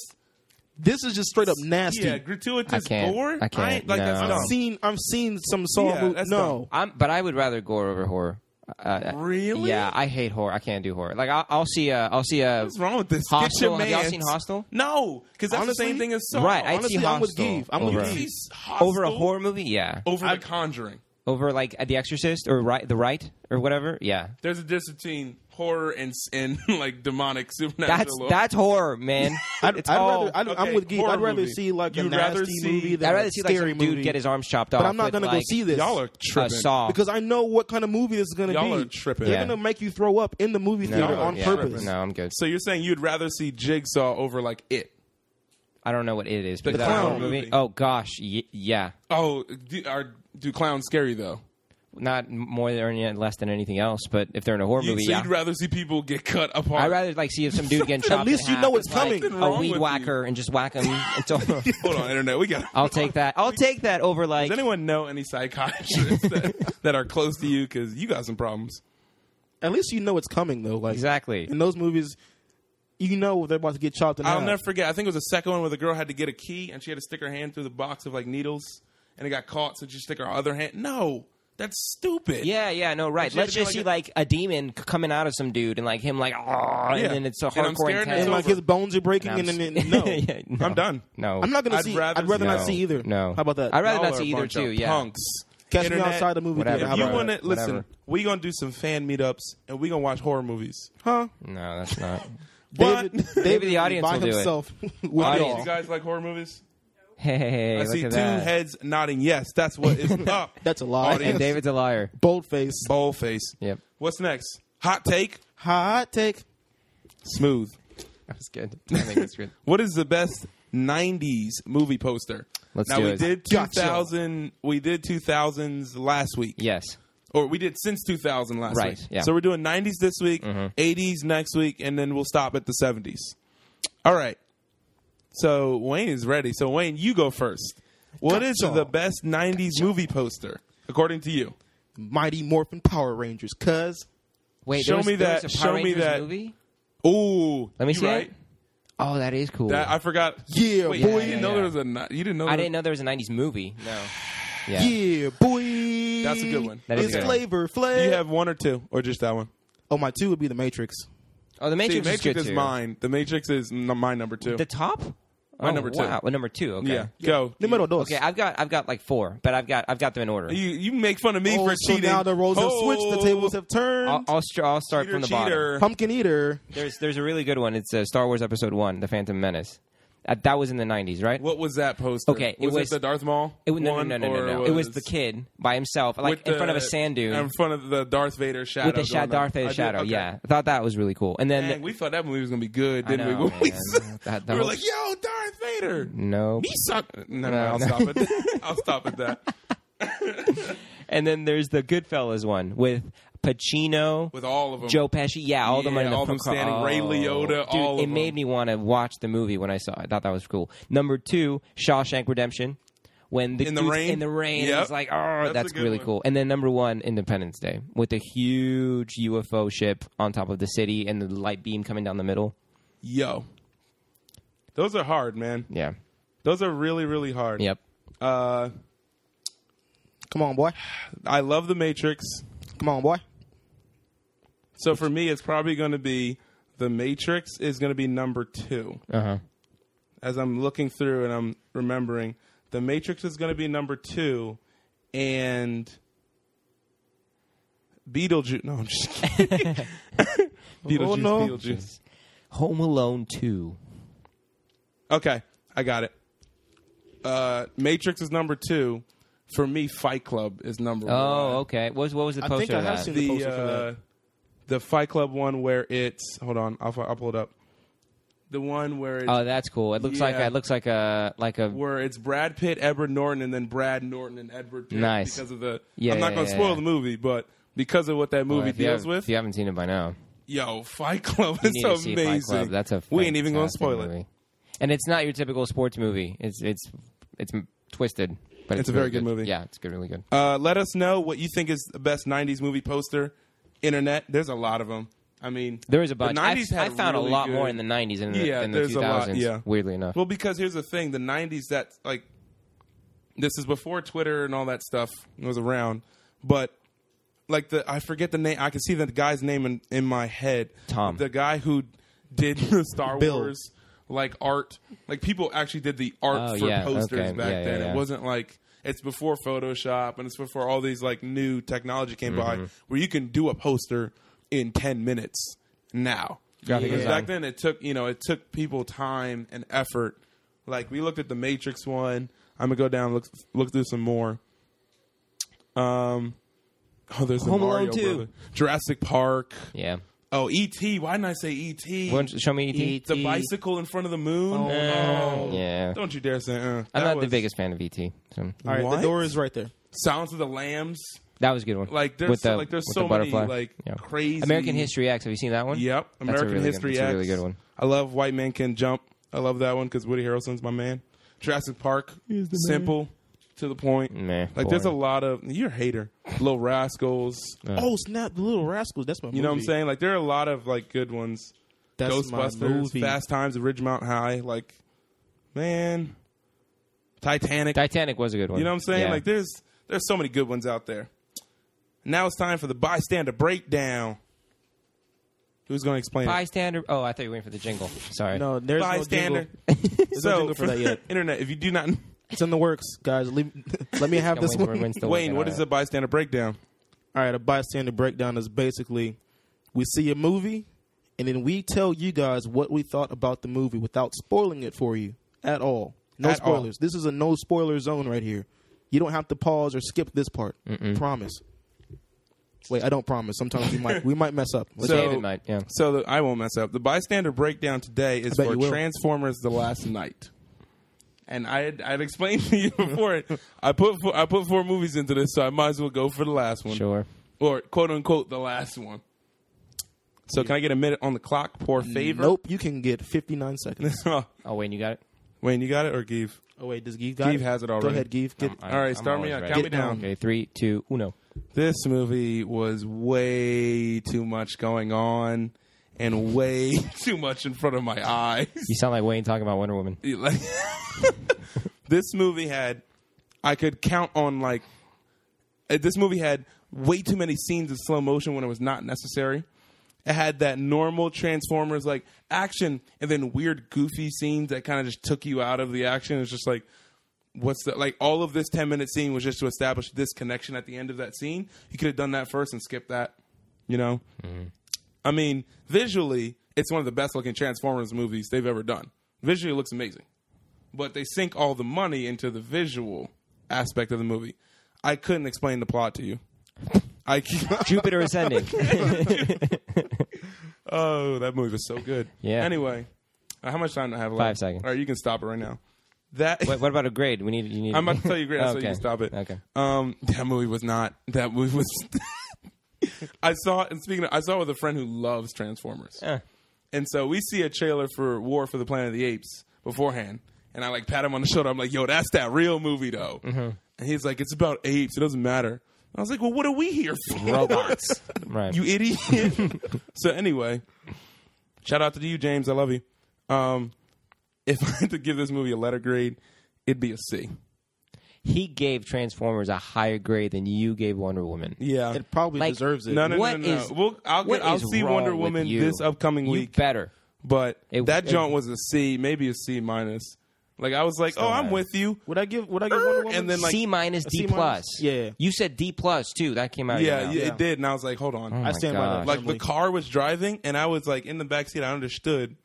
C: This is just straight up nasty.
A: Yeah, gratuitous
D: I can't.
A: gore.
D: I can't.
A: ain't like
D: No.
A: that's
D: I've
A: dumb.
C: I've seen I've seen some Saw.
A: Yeah,
C: mo-
A: that's
C: no,
D: I'm, but I would rather gore over horror. Uh,
A: Really?
D: Yeah, I hate horror. I can't do horror. Like I'll, I'll see a, I'll see a
A: What's wrong with this? Get
D: Hostel.
A: your
D: Have y'all
A: mans.
D: seen Hostel?
A: No, because that's
C: Honestly,
A: the same thing as Saw.
D: right, I'd
A: Honestly,
D: see
C: Honestly, I'm with
D: Hostel
C: Give. I'm with
D: over,
A: you
C: Give.
A: see Hostel
D: over a horror movie. Yeah,
A: over The Conjuring.
D: over like The Exorcist or right, The Right or whatever. Yeah,
A: There's a difference between horror and s- and like demonic supernatural.
D: that's
A: lore.
D: that's horror, man.
C: I'd,
D: It's
C: I'd
D: all-
C: rather I'd,
A: okay,
C: I'm with Geek.
A: horror
C: I'd rather
A: movie.
C: see like
A: You'd
C: a
A: rather
C: nasty
A: see-
C: movie than
D: I'd rather
C: a
D: see like
C: scary
D: some
C: movie.
D: dude get his arms chopped off.
C: but I'm not
D: going
C: gonna
D: to
C: go see this
A: y'all are
D: a
A: tripping.
D: saw
C: because I know what kind of movie it's gonna
A: Y'all
C: be.
A: are tripping.
C: They're
D: Yeah.
C: gonna make you throw up in the movie
D: No,
C: theater
A: Y'all are
C: on
D: yeah.
C: purpose.
D: No, I'm good.
A: So you're saying you'd rather see Jigsaw over like it?
D: I don't know what it is. But
A: The
D: that
A: clown
D: horror movie.
A: movie.
D: Oh gosh, y- yeah.
A: Oh, do, are, do clowns scary though?
D: Not m- more than or any- less than anything else, but if they're in a horror
A: You,
D: movie,
A: so
D: yeah.
A: you'd rather see people get cut apart?
D: I'd rather like see if some dude getting chopped. in
C: least you
D: half
C: know
D: with,
C: it's
D: like,
C: coming.
A: Wrong
D: a weed
A: with
D: whacker and just whack him. until,
A: Hold on, internet. We got.
D: I'll take that. I'll take that over like.
A: Does anyone know any psychiatrists that, that are close to you? Because you got some problems.
C: At least you know it's coming though. Like
D: Exactly.
C: in those movies, you know they're about to get chopped. In
A: I'll
C: half.
A: never forget. I think it was the second one where the girl had to get a key and she had to stick her hand through the box of like needles, and it got caught. So she stick her other hand. No, that's stupid.
D: Yeah, yeah, no, right.
A: had
D: Let's
A: to be
D: just see
A: like
D: like a demon c- coming out of some dude and like him like, "Argh,"
A: Yeah.
D: and then it's a
A: And I'm
D: hardcore
A: scared and
D: intense.
A: it's
C: And like
A: over.
C: his bones are breaking,
D: I'm
C: and then
D: s-
C: no.
D: Yeah, no.
A: I'm done.
D: No,
C: I'm not gonna
A: I'd
C: see.
A: rather
C: I'd rather
A: see-
C: not
D: No,
C: see either.
D: no.
C: How about that?
D: I'd rather
A: Y'all
D: not
A: are
D: see
A: a
D: either
A: bunch
D: too.
A: of
D: Yeah,
A: punks.
C: Catch
A: Internet,
C: me outside the movie
D: whatever.
C: theater. How
A: If you
C: about
A: want
C: that?
A: to listen,
D: Whatever.
A: we gonna do some fan meetups and we gonna watch horror movies, huh?
D: no, that's not.
A: But
C: David,
D: Maybe
C: David
D: the audience
C: by
D: will do it.
C: himself with
D: Audience.
A: you
C: y'all.
A: guys like horror movies?
D: Hey,
A: I
D: look
A: see two
D: at that.
A: heads nodding yes. That's what is up.
C: That's a lie.
D: And
A: Audience.
D: David's a liar.
C: Bold face.
A: Bold face.
D: Yep.
A: What's next? Hot take.
C: Hot take.
A: Smooth.
D: That was good. I think that's good.
A: What is the best '90s movie poster?
D: Let's
A: now
D: do
A: we
D: it.
A: did
C: Gotcha.
A: 2000. We did 2000s last week,
D: Yes.
A: or we did since 2000 last
D: Right,
A: week.
D: yeah. Mm-hmm.
A: So we're doing 90s this week, 80s next week, and then we'll stop at the 70s. All right. So Wayne is ready. So Wayne, you go first. What is
C: Gotcha.
A: the best '90s movie poster according to you?
C: Mighty Morphin Power Rangers. Cuz
D: Wait,
A: Show
D: there was,
A: me
D: there
A: that-
D: was a Power
A: show me
D: Rangers
A: that.
D: movie.
A: Ooh,
D: Let me
A: you
D: see
A: right?
D: it. Oh, that is cool.
A: That I forgot.
C: yeah,
A: Wait,
C: boy,
A: boy,
D: yeah,
A: you
D: yeah,
A: know
D: yeah.
A: there was a. ni- You didn't know.
D: I
A: there-
D: didn't know there was a '90s movie. No. Yeah.
C: yeah, boy.
A: That's a good one.
D: That is
C: it's
D: a good one.
C: flavor,
A: Do
C: flavor.
A: you have one or two, or just that one?
C: oh, my two would be the Matrix.
D: Oh, the Matrix,
A: See, Matrix
D: is,
A: is,
D: good too.
A: mine. The Matrix is n- my number two.
D: The top.
A: My
D: oh,
A: number two.
D: Wow, well, number two. Okay.
A: yeah, go.
C: Numero dos.
D: Okay, I've got I've got like four, but I've got I've got them in order.
A: You you make fun of me
C: oh,
A: for
C: so
A: cheating. Oh.
C: now the roles have switched. The tables have turned.
D: I'll, I'll, str- I'll start
A: Cheater,
D: from the bottom.
A: cheater.
C: Pumpkin Eater.
D: There's there's a really good one. It's uh, Star Wars Episode One, The Phantom Menace. Uh, that was in the '90s, right?
A: What was that poster?
D: Okay, it
A: was
D: was-
A: the Darth Maul
D: It was, no,
A: one,
D: no, no, no,
A: or
D: no, no. It was the kid by himself, like
A: with
D: in front of a
A: the-
D: sand dune
A: in front of the Darth Vader shadow.
D: with the sha-
A: going up.
D: Darth
A: I
D: Vader
A: did-
D: shadow.
A: okay.
D: Yeah, I thought that was really cool. And then
A: Dang, we thought that movie was gonna be good,
D: I
A: didn't
D: know,
A: we? When we
D: man.
A: saw-
D: That- that
A: we were
D: was-
A: like, "Yo, Darth Vader,
D: no,
A: he suck." No, no,
D: No,
A: I'll
D: no.
A: stop at that. I'll stop at that.
D: and then there's the Goodfellas one with Pacino,
A: With all of them,
D: Joe Pesci. Yeah, all
A: Yeah,
D: the them are in the
A: all them
D: pro-
A: standing, Ray Liotta,
D: Oh. Dude,
A: all
D: it
A: of
D: made
A: them.
D: me want to watch the movie when I saw it. I thought that was cool. Number two, Shawshank Redemption. When the
A: In the
D: dude's
A: rain?
D: in the rain,
A: Yep.
D: it's like, oh,
A: That's a
D: that's,
A: good
D: really
A: one.
D: cool. And then number one, Independence Day, with the huge UFO ship on top of the city and the light beam coming down the middle.
A: yo, those are hard, man.
D: Yeah.
A: Those are really, really hard.
D: Yep.
A: Uh,
C: Come on, boy.
A: I love the Matrix.
C: Come on, boy.
A: So for me, it's probably going to be The Matrix is going to be number two.
D: Uh huh.
A: As I'm looking through and I'm remembering, The Matrix is going to be number two, and Beetlejuice. No, I'm just kidding. Beetlejuice.
C: Oh, no.
A: Beetlejuice.
D: Home Alone Two.
A: Okay, I got it. Uh, Matrix is number two. For me, Fight Club is number one.
D: Oh, okay. What was what was the
C: I
D: poster?
C: think I
D: of
C: have
D: that?
C: seen the
A: the
C: poster for that.
A: uh, the Fight Club one where it's hold on, I'll, fi- I'll pull it up. The one where it's,
D: Oh, that's cool. It looks like
A: Yeah.
D: it looks like a like a
A: where it's Brad Pitt, Edward Norton, and then Brad Norton and Edward Pitt.
D: Nice.
A: Because of the
D: Yeah,
A: I'm not
D: yeah,
A: going to
D: yeah,
A: spoil
D: yeah.
A: the movie, but because of what that movie
D: Well, if you
A: deals
D: have-
A: with,
D: If you haven't seen it by now,
A: yo, Fight Club
D: you
A: is
D: need to see
A: amazing.
D: Fight Club. That's a
A: we ain't even going to
D: fantastic
A: spoil it.
D: movie. And it's not your typical sports movie. It's it's it's m- twisted, but
A: It's
D: it's,
A: a very
D: really
A: good movie.
D: Yeah, it's good, really good.
A: Uh, let us know what you think is the best '90s movie poster. Internet, there's a lot of them. I mean,
D: There is a bunch.
A: The
D: I,
A: 90s
D: I
A: had
D: found
A: really
D: a lot
A: good-
D: more in the '90s and in the,
A: Yeah,
D: than the
A: there's a
D: 2000s.
A: lot, yeah.
D: Weirdly enough,
A: Well, because here's the thing: the '90s, that like, this is before Twitter and all that stuff was around. But like the, I forget the name. I can see the guy's name in, in my head.
D: Tom.
A: the guy who did the Star
C: Bill.
A: Wars like art. Like people actually did the art
D: Oh,
A: for
D: yeah,
A: posters
D: okay.
A: back
D: Yeah, yeah,
A: then.
D: yeah.
A: It wasn't like it's before Photoshop and it's before all these like new technology came
D: Mm-hmm.
A: by where you can do a poster in ten minutes now.
D: Graphic
A: Because
D: design.
A: back then it took you know it took people time and effort. Like we looked at the Matrix one. I'm gonna go down and look look through some more. Um, oh, there's the
D: Home Alone
A: Mario
D: 2.
A: brother. Jurassic Park.
D: yeah.
A: Oh, E.T. Why didn't I say E.T.?
D: Want to Show me E ET.
A: The bicycle in front of the moon. Oh,
D: Yeah,
A: Don't you dare say. Uh.
D: I'm
A: That
D: not the
A: was
D: biggest fan of ET. So.
C: All right,
A: What?
C: the door is right there.
A: Silence of the Lambs.
D: That was a good one.
A: Like, there's
D: With
A: so-
D: the-
A: like, there's
D: with
A: so
D: the
A: many,
D: butterfly.
A: like, crazy-
D: American History X. Have you seen that one?
A: Yep.
D: That's a
A: American
D: really good-
A: History
D: that's a
A: X.
D: really good one.
A: I love White Man Can Jump. I love that one because Woody Harrelson's my man. Jurassic Park. Simple, to the point.
D: Nah,
A: like there's a
D: boring. Uh,
A: lot of you're a hater. Little Rascals.
C: Oh snap! The Little Rascals. That's my.
A: You know what I'm saying? Like there are a lot of like good ones.
C: That's my
A: Ghostbusters,
C: movie.
A: Fast Times at Ridgemont High. Like, man, Titanic.
D: Titanic was a good one.
A: You know what I'm saying?
D: Yeah.
A: Like there's there's so many good ones out there. Now it's time for the bystander breakdown. Who's going to explain it?
D: bystander. Oh, I thought you were waiting for the jingle. Sorry.
C: No, there's no
A: bystander.
C: jingle. no
A: so
C: jingle for that yet.
A: internet, if you do not,
C: It's in the works, guys. Leave, let me have
D: Yeah,
C: this
D: Wayne's-
C: one.
D: Wayne's still
A: Wayne,
D: working
A: what
D: on
A: is
D: it.
A: a bystander breakdown?
C: All right, a bystander breakdown is basically we see a movie and then we tell you guys what we thought about the movie without spoiling it for you at all. No
A: At all.
C: spoilers. This is a no spoiler zone right here. You don't have to pause or skip this part. Promise. Wait, I don't promise. Sometimes we might we might mess up.
D: With
A: So-
D: David Knight, yeah.
A: So the, I won't mess up. The bystander breakdown today is
C: bet
A: for
C: you will.
A: Transformers: The Last Night. And I had, I had explained to you before it. I put four, I put four movies into this, so I might as well go for the last one,
D: Sure.
A: or quote unquote the last one. So can I get a minute on the clock, poor favor?
C: Nope, you can get 59 seconds.
D: Oh, Wayne, you got it.
A: Wayne, you got it or give?
C: oh wait, does Geeve got
A: Geeve has it already.
C: Go ahead, Geeve. Get,
D: I-
A: All right,
D: I'm
A: start me
D: always
A: out.
D: right.
A: Count me
C: Get
A: down.
C: down.
D: Okay, three, two, uno.
A: This movie was way too much going on and way too much in front of my eyes.
D: You sound like Wayne talking about Wonder Woman.
A: Like, this movie had I could count on like uh, this movie had way too many scenes of slow motion when it was not necessary. It had that normal Transformers like action and then weird goofy scenes that kind of just took you out of the action. It's just like what's the like all of this 10 minute scene was just to establish this connection at the end of that scene. You could have done that first and skipped that, you know? I mean, visually, it's one of the best looking Transformers movies they've ever done. Visually, it looks amazing but they sink all the money into the visual aspect of the movie. I couldn't explain the plot to you. I can't-
D: Jupiter Ascending.
A: oh, that movie was so good.
D: Yeah.
A: Anyway, uh, how much time do I have left?
D: Five seconds.
A: All right, you can stop it right now. That
D: Wait, what about a grade? We need. You need.
A: I'm about to tell you, great. So you
D: Okay.
A: can stop it.
D: Okay.
A: Um, that movie was not. That movie was. I saw. And speaking, of, I saw it with a friend who loves Transformers.
D: Eh.
A: And so we see a trailer for War for the Planet of the Apes beforehand, and I like pat him on the shoulder. I'm like, "Yo, that's that real movie, though."
D: Mm-hmm.
A: And he's like, "It's about apes. It doesn't matter." And I was like, "Well, what are we here for? Robots,
D: Right.
A: you idiot." so anyway, shout out to you, James. I love you. Um, if I had to give this movie a letter grade, it'd be a C.
D: he gave Transformers a higher grade than you gave Wonder Woman.
A: Yeah.
C: It probably
D: Like-
C: deserves it.
A: no, no, no,
D: What
A: no, no.
D: is-
A: we'll, I'll
D: what
A: get, I'll
D: is
A: see
D: wrong
A: Wonder
D: with
A: Woman
D: you?
A: this upcoming
D: You
A: week,
D: better.
A: but
D: It-
A: that
D: it-
A: joint was a C, maybe a C minus. Like I was like, oh, I'm
D: matters.
A: with you.
C: Would I give? Would I give Wonder Woman?
A: Uh, And then like,
D: C minus
C: a
D: D
C: C
D: plus.
C: minus? Yeah.
D: You said D plus too. That came out.
A: yeah,
D: of
A: yeah,
D: your mouth.
A: it did, and I was like, hold on.
D: Oh
C: I
D: my
C: stand by
D: gosh.
C: that.
A: like the
C: firmly.
A: car was driving, and I was like in the back seat. I understood,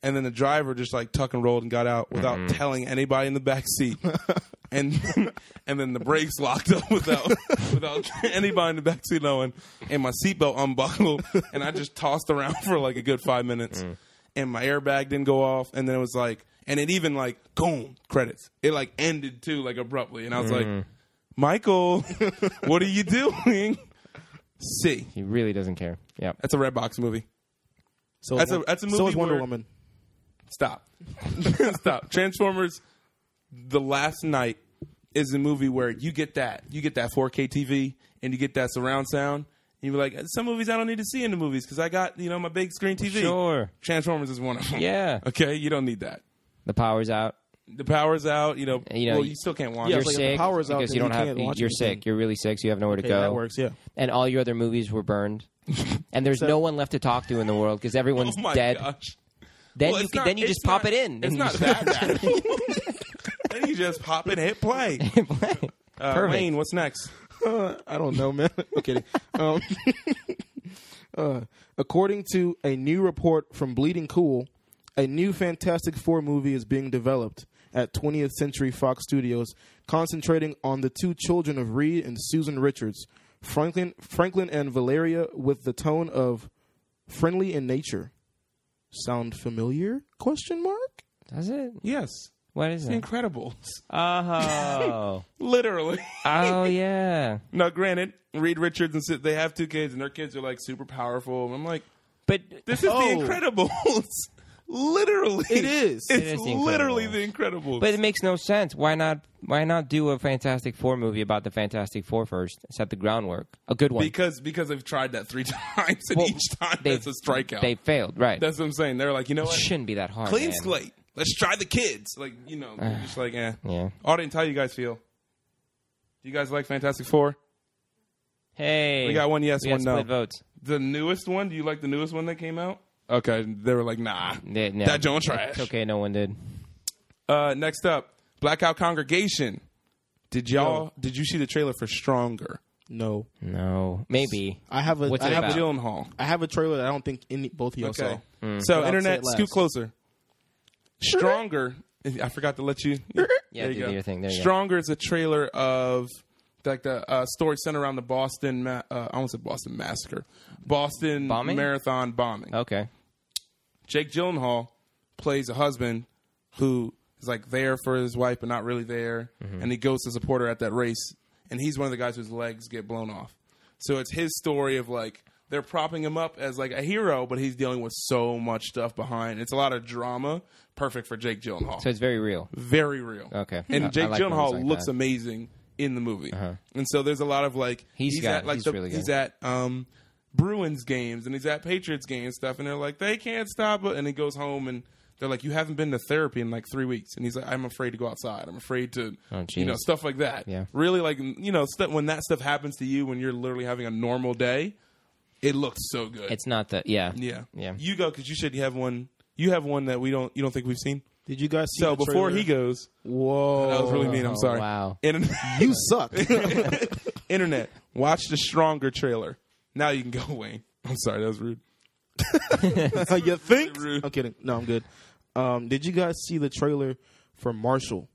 A: and then the driver just like tuck and rolled and got out without telling anybody in the back seat, and and then the brakes locked up without without anybody in the back seat knowing, and my seatbelt unbuckled, and I just tossed around for like a good five minutes, and my airbag didn't go off, and then it was like, and it even like boom credits. It like ended too like abruptly, and I was like, Michael, what are you doing? C.
D: He really doesn't care. Yeah.
A: That's a red box movie.
C: so
A: that's
C: is
A: a- that's a
C: So
A: movie
C: is Wonder
A: where-
C: Woman.
A: Stop. Stop. Transformers The Last Night is a movie where you get that. You get that 4K TV and you get that surround sound. And you're like, some movies I don't need to see in the movies because I got, you know, my big screen TV.
D: Sure.
A: Transformers is one of them.
D: Yeah.
A: Okay, you don't need that.
D: The power's out.
A: The power's out, you know.
D: And, you know,
A: well,
D: you-
A: you still can't watch
C: Yeah,
A: it.
D: you're
C: it's like if the
D: sick
C: power's out,
D: because
C: then
D: you don't
C: you
D: have.
C: can't watch
D: You're
C: anything.
D: sick. You're really sick. So you have nowhere to
C: Okay,
D: go.
C: that works. Yeah.
D: And all your other movies were burned. And there's no one left to talk to in the world because
A: Oh
D: everyone's
A: my
D: dead.
A: gosh.
D: Then
A: Well,
D: you
A: it's
D: can,
A: not-
D: then you
A: it's
D: just pop
A: not-
D: it in.
A: It's
D: and
A: not
D: you
A: that bad. then you just pop and hit play.
D: just-
A: Uh,
D: Perfect.
A: Wayne, what's next?
C: Uh, I don't know, man. I'm kidding. Um, uh, according to a new report from Bleeding Cool, a new Fantastic Four movie is being developed at 20th Century Fox Studios, concentrating on the two children of Reed and Susan Richards, Franklin, Franklin and Valeria, with the tone of friendly in nature. Sound familiar? Question mark.
D: Does it?
A: Yes.
D: What is
A: The
D: it?
A: Incredibles. Uh-huh.
D: Oh.
A: Literally.
D: oh yeah.
A: Now, granted, Reed Richards and Sid, they have two kids, and their kids are like super powerful. And I'm like,
D: But
A: this is
C: Oh.
A: the Incredibles. literally,
C: It is.
A: It's
C: It
D: is The
A: literally
D: Incredibles.
A: the Incredibles.
D: But it makes no sense. Why not? Why not do a Fantastic Four movie about the Fantastic Four first? Set the groundwork. A good one.
A: because because I've tried that three times, and
D: Well,
A: each time
D: they-
A: that's a strikeout.
D: They failed, right?
A: that's what I'm saying. They're like, you know what?
D: Shouldn't be that hard.
A: Clean
D: Oh, man.
A: slate. Let's try the kids. Like you know, you're just like eh.
D: Yeah.
A: Audience, how you guys feel? Do you guys like Fantastic Four?
D: Hey,
A: We got one yes,
D: we got
A: one no.
D: split votes.
A: The newest one? Do you like the newest one that came out? Okay, they were like, nah,
D: Yeah, no.
A: that John trash.
D: It's okay, no one did.
A: Uh, next up, Blackout Congregation. Did y'all? Did you see the trailer for Stronger?
C: No,
D: No, maybe.
C: I have a.
D: What's
C: I
D: it
C: have
D: about?
C: a.
A: Gyllenhaal.
C: I have a trailer that I don't think any both of y'all
A: Okay.
C: saw.
D: Mm.
A: So,
C: But I'll say
A: internet,
C: it last.
A: scoot closer. Stronger. I forgot to let you.
D: Yeah, do your thing. There you go.
A: Stronger is a trailer of like the uh, story centered around the Boston. Ma- uh, I almost said Boston massacre, Boston
D: Bombing?
A: marathon bombing.
D: Okay.
A: Jake Gyllenhaal plays a husband who is like there for his wife but not really there, and he goes to support her at that race. And he's one of the guys whose legs get blown off. So it's his story of like they're propping him up as like a hero, but he's dealing with so much stuff behind. It's a lot of drama, perfect for Jake Gyllenhaal.
D: So it's very real.
A: Very real.
D: Okay.
A: And
D: I- I
A: Jake
D: like movies
A: Gyllenhaal
D: like
A: looks
D: that. Uh-huh.
A: amazing in the movie. And so there's a lot of like
D: He's got
A: at
D: it.
A: like
D: He's
A: the,
D: really good.
A: he's at um Bruins games and he's at Patriots games and stuff and they're like they can't stop it and he goes home and they're like you haven't been to therapy in like 3 weeks and he's like I'm afraid to go outside. I'm afraid to
D: Oh,
A: you know
D: jeez.
A: stuff like that.
D: Yeah.
A: Really like you know stuff when that stuff happens to you when you're literally having a normal day, it looks so good.
D: It's not the yeah.
A: yeah.
D: Yeah.
A: You go cuz you should have one you have one that we don't you don't think we've seen.
C: Did you guys see?
A: So
C: the
A: before
C: trailer?
A: he goes,
C: whoa,
A: that was really mean. I'm sorry.
D: Oh, wow.
A: Internet,
C: You suck.
A: internet, watch the stronger trailer. Now you can go, Wayne. I'm sorry, that was rude.
C: you think?
A: Rude.
C: I'm kidding. No, I'm good. Um, did you guys see the trailer for Marshall?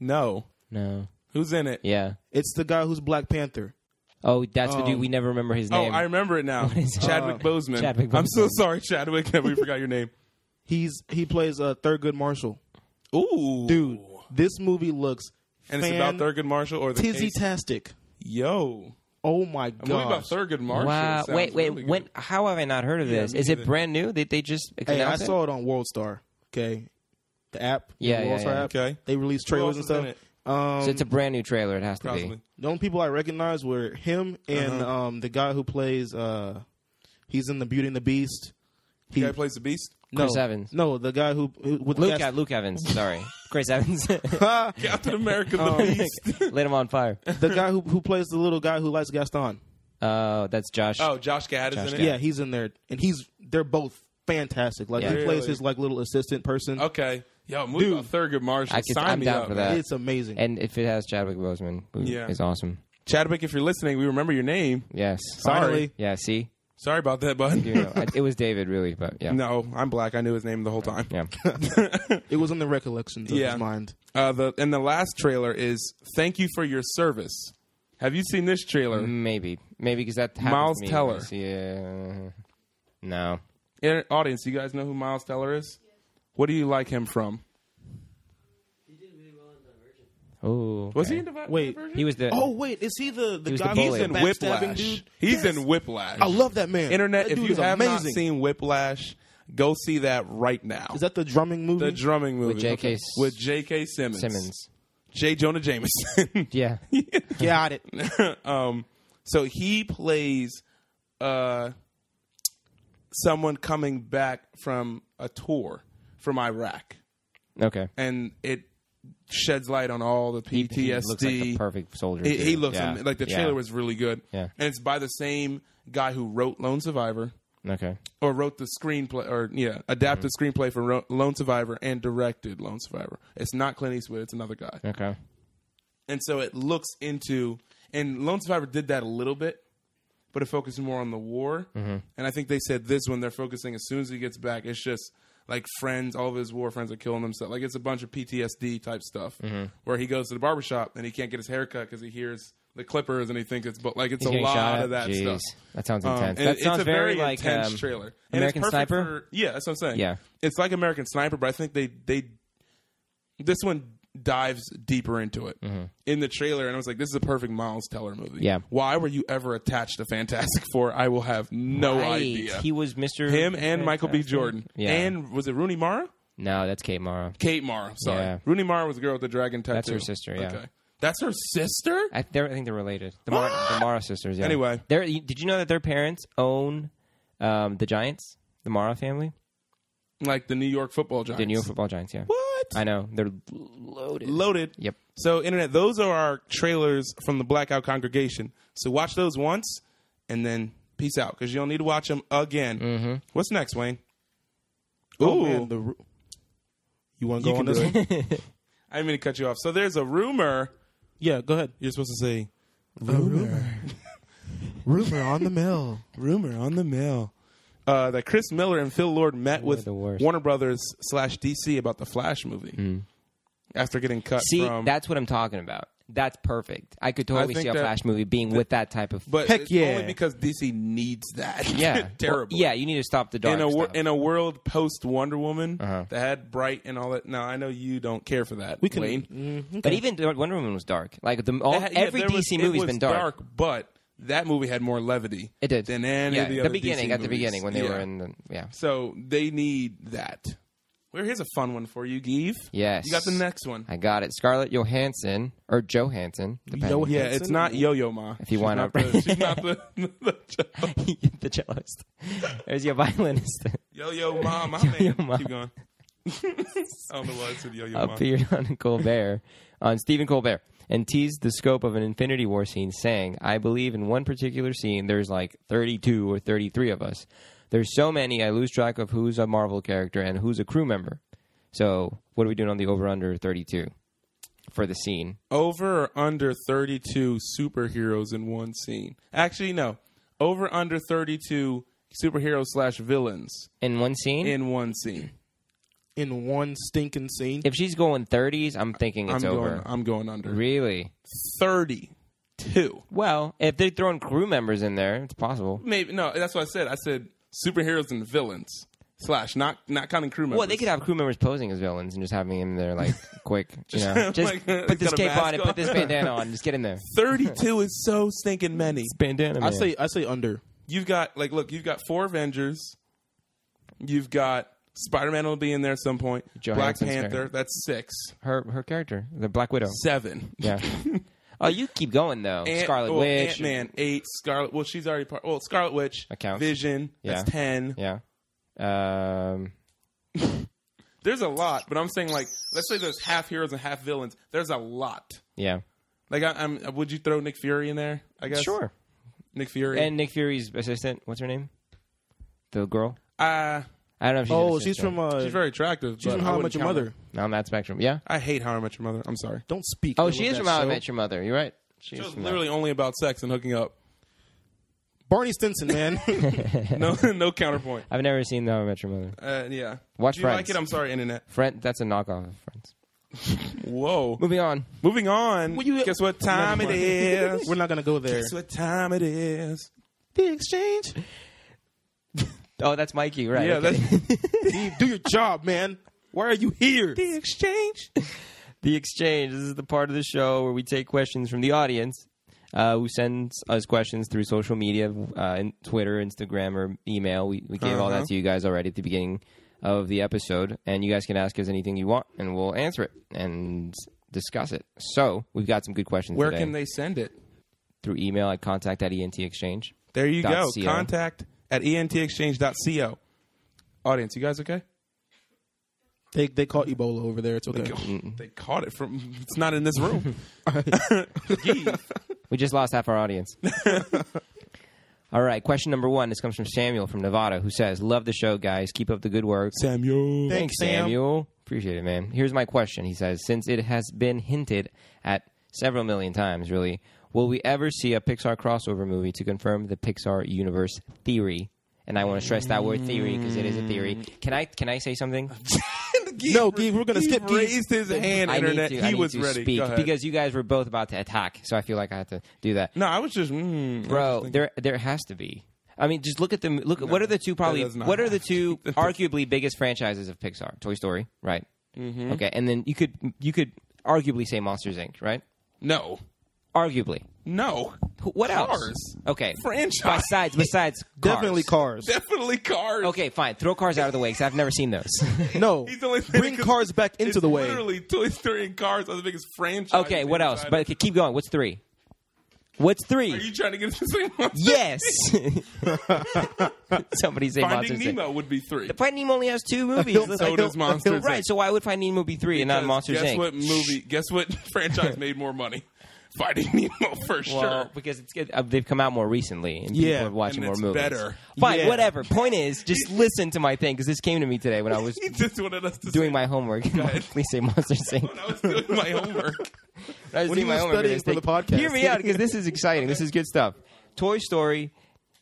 A: No,
D: No.
A: who's in it?
D: Yeah.
C: It's the guy who's Black Panther.
D: Oh, that's the dude
C: Um,
D: we never remember his
A: Oh,
D: name.
A: I remember it now.
D: is it? Oh,
A: Chadwick Boseman.
D: Chadwick
A: I'm so
D: Boseman.
A: sorry, Chadwick, that we forgot your name.
C: He's he plays uh, Thurgood Marshall.
A: Ooh,
C: Dude, this movie looks
A: And it's about Thurgood Marshall or the
C: tizzy
A: case.
C: tastic.
A: Yo,
C: Oh my
A: I believe about
C: god!
A: Thurgood Marshall.
D: wow.
A: Sounds
D: Wait, wait.
A: really good.
D: when? How have I not heard of
A: Yeah,
D: this?
A: me
D: Is it
A: neither.
D: brand new? Did they just
C: Hey, I
D: announce it?
C: saw it on WorldStar. Okay, the app.
D: Yeah,
C: the
D: yeah,
C: WorldStar
D: yeah.
C: app.
A: Okay.
C: They released trailers and
A: Who else
C: stuff.
A: is in
C: Um,
D: So it's a brand new trailer. It has to
A: Possibly.
D: be.
C: the only people I recognized were him and
A: Uh-huh.
C: um, the guy who plays. Uh, he's in the Beauty and the Beast.
A: The
C: He-
A: guy who plays the Beast.
C: no,
D: Chris Evans.
C: No, the guy who, who with
D: Luke,
C: Gas-
D: Luke Evans. Sorry, Chris Evans.
A: Captain America,
D: Oh,
A: the Beast.
D: Lit him on fire.
C: the guy who who plays the little guy who likes Gaston.
D: Oh, that's Josh.
A: Oh, Josh Gad is
D: Josh
A: in
C: Yeah,
A: it.
C: he's in there, and he's they're both fantastic. Like
D: Yeah.
C: he plays
A: Really?
C: his like little assistant person.
A: Okay. Yo, move about Thurgood Marshall.
D: I could-
A: Sign
D: I'm
A: me
D: down
A: up,
D: for
A: man.
D: that.
C: It's amazing.
D: And if it has Chadwick Boseman, who is
A: Yeah.
D: awesome.
A: Chadwick, if you're listening, we remember your name.
D: Yes.
A: Sorry.
D: Yeah. See,
A: Sorry about that, bud.
D: you know, I- it was David, really, but yeah.
A: No, I'm black. I knew his name the whole time.
D: Yeah.
C: it was in the recollections of
A: Yeah.
C: his mind.
A: Uh, the and the last trailer is "Thank You for Your Service." Have you seen this trailer?
D: Maybe. Maybe because that happens
A: Miles
D: to me
A: Teller.
D: Yeah. No.
A: In- audience, you guys know who Miles Teller is? What do you like him from?
D: Oh.
A: Was he in Divi-
C: Wait.
A: Divergent?
D: He was the.
C: Oh wait, is he the the
D: was
C: guy
D: the
A: He's
D: bully.
C: who's the
A: in
C: backstabbing
A: Whiplash.
C: dude?
A: He's
C: Yes.
A: in Whiplash.
C: I love that man.
A: Internet.
C: That
A: if
C: dude
A: you
C: is
A: have
C: amazing.
A: not seen Whiplash, go see that right now.
C: is that the drumming movie?
A: the drumming movie
D: J.K. S-
A: with J.K. Simmons,
D: Simmons.
A: J. Jonah Jameson.
D: Yeah.
C: Got it.
A: um, so he plays uh, someone coming back from a tour from Iraq,
D: okay.
A: and it sheds light on all the PTSD.
D: He looks like the perfect soldier.
A: He-
D: too.
A: he looks
D: Yeah.
A: am- like the
D: Yeah.
A: trailer was really good,
D: Yeah.
A: and it's by the same guy who wrote Lone Survivor
D: Okay.
A: or wrote the screenplay or yeah adapted
D: Mm-hmm.
A: screenplay for Ro- Lone Survivor and directed Lone Survivor. It's not Clint Eastwood; it's another guy.
D: Okay.
A: and so it looks into and Lone Survivor did that a little bit, but it focused more on the war.
D: Mm-hmm.
A: And I think they said this one they're focusing as soon as he gets back, it's just like friends, all of his war friends are killing themselves. Like it's a bunch of PTSD type stuff
D: Mm-hmm.
A: where he goes to the barbershop and he can't get his haircut because he hears the clippers and he thinks it's but like it's
D: He's
A: a
D: getting
A: lot
D: shot at?
A: of that
D: Jeez.
A: stuff.
D: That sounds
A: Um,
D: intense.
A: and
D: that
A: it-
D: sounds
A: it's a very,
D: like
A: intense
D: um,
A: trailer. And it's
D: American
A: perfect
D: Sniper.
A: for- yeah, that's what I'm saying.
D: Yeah.
A: it's like American Sniper, but I think they they this one dives deeper into it in the trailer, and I was like, "This is a perfect Miles Teller movie."
D: Mm-hmm. Yeah.
A: Why were you ever attached to Fantastic Four? I will have no
D: Right.
A: idea.
D: He was Mr.
A: Him and Michael B. Jordan,
D: Yeah.
A: and was it Rooney Mara?
D: No, that's Kate Mara.
A: Kate Mara. Sorry,
D: Yeah.
A: Rooney Mara was the girl with the dragon tattoo.
D: That's her sister, yeah.
A: Okay. That's her sister.
D: I, they're, I think they're related. The Mara, the Mara sisters. Yeah.
A: Anyway.
D: they're, you- did you know that their parents own um, the Giants, the Mara family,
A: like the New York Football Giants.
D: the New York Football Giants? Yeah,
A: What?
D: I know they're loaded.
A: Loaded.
D: Yep.
A: So, internet, those are our trailers from the Blackout congregation. So, watch those once and then peace out because you don't need to watch them again. Mm-hmm. What's next, Wayne? Ooh,
C: Oh, man, the ru- you want to
A: you
C: go
A: can
C: on
A: do
C: this one?
A: it. I didn't mean to cut you off. So, there's a rumor.
C: Yeah, go ahead.
A: You're supposed to say,
C: rumor. rumor on the mill.
A: rumor on the mail. Uh, that Chris Miller and Phil Lord met with
D: the worst. Mm.
A: Warner Brothers slash DC about the Flash movie after getting cut
D: See,
A: from.
D: that's what I'm talking about. That's perfect. I could totally
A: think
D: see a
A: that-
D: Flash movie being with that type of.
A: but
C: Heck
A: it's
C: yeah.
A: only because DC needs that.
D: yeah,
A: terrible.
D: Well, yeah, you need to stop the dark
A: in a wor-
D: stuff.
A: in a world post Wonder Woman
D: Uh-huh.
A: that had bright and all that. Now I know you don't care for that. We
C: can- Mm.
A: Wayne.
D: But even Wonder Woman was dark. Like the all,
A: It had- yeah,
D: every
A: there
D: DC
A: was- it
D: movie's
A: was
D: been dark.
A: but that movie had more levity.
D: It did.
A: than any
D: yeah,
A: of the,
D: the
A: other
D: beginning
A: DC
D: at the
A: movies.
D: beginning when they
A: Yeah.
D: were in the yeah.
A: So they need that. Well, here's a fun one for you, Give.
D: Yes.
A: You got the next one.
D: I got it. Scarlett Johansson or Johansson, depending.
C: Yo-
A: Yeah, it's not Yo Yo Ma.
D: If you want
A: not
D: to-
A: the, she's not the, the
D: the cellist. There's your violinist.
A: Yo Yo Ma, my man.
D: Yo-Yo Ma.
A: Keep going. I don't know why I said Yo Yo Ma.
D: appeared on Colbert, on Stephen Colbert, and teased the scope of an Infinity War scene, saying, "I believe in one particular scene, there's like 32 or 33 of us. There's so many, I lose track of who's a Marvel character and who's a crew member. So, what are we doing on the over/under 32 for the scene?
A: Over or under 32 superheroes in one scene? Actually, no. Over under 32 superheroes slash villains
D: In one scene?
A: in one scene.
C: in one stinking scene.
D: if she's going 30s, I'm thinking
A: I'm
D: it's
A: going.
D: over.
A: I'm going under.
D: really?
A: 32.
D: Well, if they're throwing crew members in there, it's possible.
A: Maybe no. That's what I said. I said superheroes and villains slash not not counting crew members.
D: Well, they could have crew members posing as villains and just having them there, like quick, you know,
A: Just-
D: just
A: like, uh,
D: put this
A: got a
D: cape on
A: mask
D: and
A: on.
D: put this bandana on, just get in there.
A: thirty-two is so stinking many.
D: Bandana.
C: I say I say under.
A: You've got like look. You've got four Avengers. You've got Spider Man will be in there at some point. Black
D: Johansson's
A: Panther.
D: character.
A: That's six,
D: her her character, the Black Widow.
A: seven.
D: Yeah. oh, you keep going though.
A: Ant- oh,
D: Scarlet
A: well,
D: Witch.
A: Ant Man eight. Scarlet. Well, she's already part. Well, Scarlet Witch.
D: Accounts.
A: Vision. That's
D: Yeah.
A: ten.
D: Yeah. Um,
A: There's a lot, but I'm saying like let's say there's half heroes and half villains. There's a lot.
D: yeah.
A: Like I, I'm. Would you throw Nick Fury in there? I guess.
D: Sure.
A: Nick Fury.
D: And Nick Fury's assistant. What's her name? The girl.
A: uh,
D: I don't know. if she's an
C: Oh, she's
D: assistant.
C: from uh,
A: she's very attractive.
C: she's
A: but
C: from
A: I
C: How I
A: wouldn't
C: Met Your
A: count her.
C: Mother.
D: No, I'm not Spectrum. Yeah.
A: I hate How I Met Your Mother. I'm sorry.
C: Don't speak.
D: Oh,
C: ill
D: she is
C: of that
D: from How I
C: show.
D: Met Your Mother. You're right. She
A: It
D: is
A: was
D: from that.
A: literally only about sex and hooking up.
C: Barney Stinson, man.
A: No, no counterpoint.
D: I've never seen How I Met Your Mother.
A: Uh, yeah.
D: Watch
A: Do you like
D: Friends.
A: it? I'm sorry, internet.
D: Friend, that's a knockoff of Friends.
A: Whoa.
D: Moving on.
A: Moving on.
C: you-
A: guess what time it
C: Never mind.
A: is?
C: We're not gonna go there.
A: guess what time it is?
C: The exchange.
D: Oh, that's Mikey, right?
A: Yeah,
D: okay.
A: that's
C: Steve, do your job, man. Why are you here?
A: the exchange.
D: The Exchange. This is the part of the show where we take questions from the audience uh, who sends us questions through social media, uh, in Twitter, Instagram, or email. We, we gave all
A: Uh-huh.
D: that to you guys already at the beginning of the episode, and you guys can ask us anything you want, and we'll answer it and discuss it. So we've got some good questions.
A: Where
D: today.
A: can they send it?
D: through email at contact at ent exchange?
A: There you
D: Dot
A: go.
D: co.
A: Contact at E entexchange.co. Audience, you guys okay?
C: They they caught Ebola over there. It's okay.
A: They caught it from. It's not in this room. Jeez.
D: We just lost half our audience. All right, question number one. This comes from Samuel from Nevada, who says, "Love the show, guys. Keep up the good work.
A: Samuel.
D: Thanks, Samuel. Appreciate it, man. Here's my question. He says, since it has been hinted at several million times, really, will we ever see a Pixar crossover movie to confirm the Pixar universe theory? And I want to stress that word theory because it is a theory.
A: Mm.
D: Can I can I say something?
C: No, Geek, we're gonna
A: he
C: skip Geek.
A: raised his hand,
D: I
A: internet.
D: need to,
A: he
D: I need
A: was
D: to
A: ready.
D: speak
A: Go ahead.
D: because you guys were both about to attack, so I feel like I had to do that.
A: no, I was just. Mm,
D: Bro, there there has to be. I mean, just look at them. Look, at what are the two probably?
A: does not
D: What are the
A: have
D: two arguably biggest franchises of Pixar? Toy Story, right? Mm-hmm. Okay, and then you could you could arguably say Monsters Inc., right?
A: No,
D: Arguably.
A: no.
D: Wh- What
A: Cars.
D: else? Okay,
A: Franchise.
D: Besides, besides, cars.
C: Definitely cars.
A: Definitely cars.
D: Okay, fine. Throw cars out of the way because I've never seen those.
C: No,
A: He's only saying
C: bring
A: 'cause
C: cars back into
A: It's
C: the way.
A: Literally, Toy Story and Cars are the biggest franchise.
D: okay, what else? But okay, keep going. What's three? What's
A: are you
D: three?
A: trying to get the same one?
D: Yes. Somebody say
A: Finding
D: Monsters Inc.
A: Nemo would be three.
D: Finding Nemo only has two movies.
C: don't-
D: It's
A: So does Monsters.
D: right,
A: Inc.
D: so why would Finding Nemo be three and not
A: Because
D: Monsters
A: Guess
D: Inc?
A: what movie? Guess what franchise made more money? Finding Nemo for
D: Well,
A: sure.
D: because it's good. Uh, they've come out more recently, and people
C: Yeah,
D: are watching
A: and
D: more
A: it's
D: movies.
A: better.
D: Fine,
C: Yeah.
D: whatever. Point is, just listen to my thing because this came to me today when I was
A: He just wanted us to
D: doing
A: say,
D: my homework.
A: ahead.
D: Please say Monsters Inc.
A: When I was doing my homework.
D: I was
C: When
D: doing
C: he
D: my
C: was
D: homework
C: studying
D: today.
C: for the podcast.
D: Hear me out because this is exciting. This is good stuff. Toy Story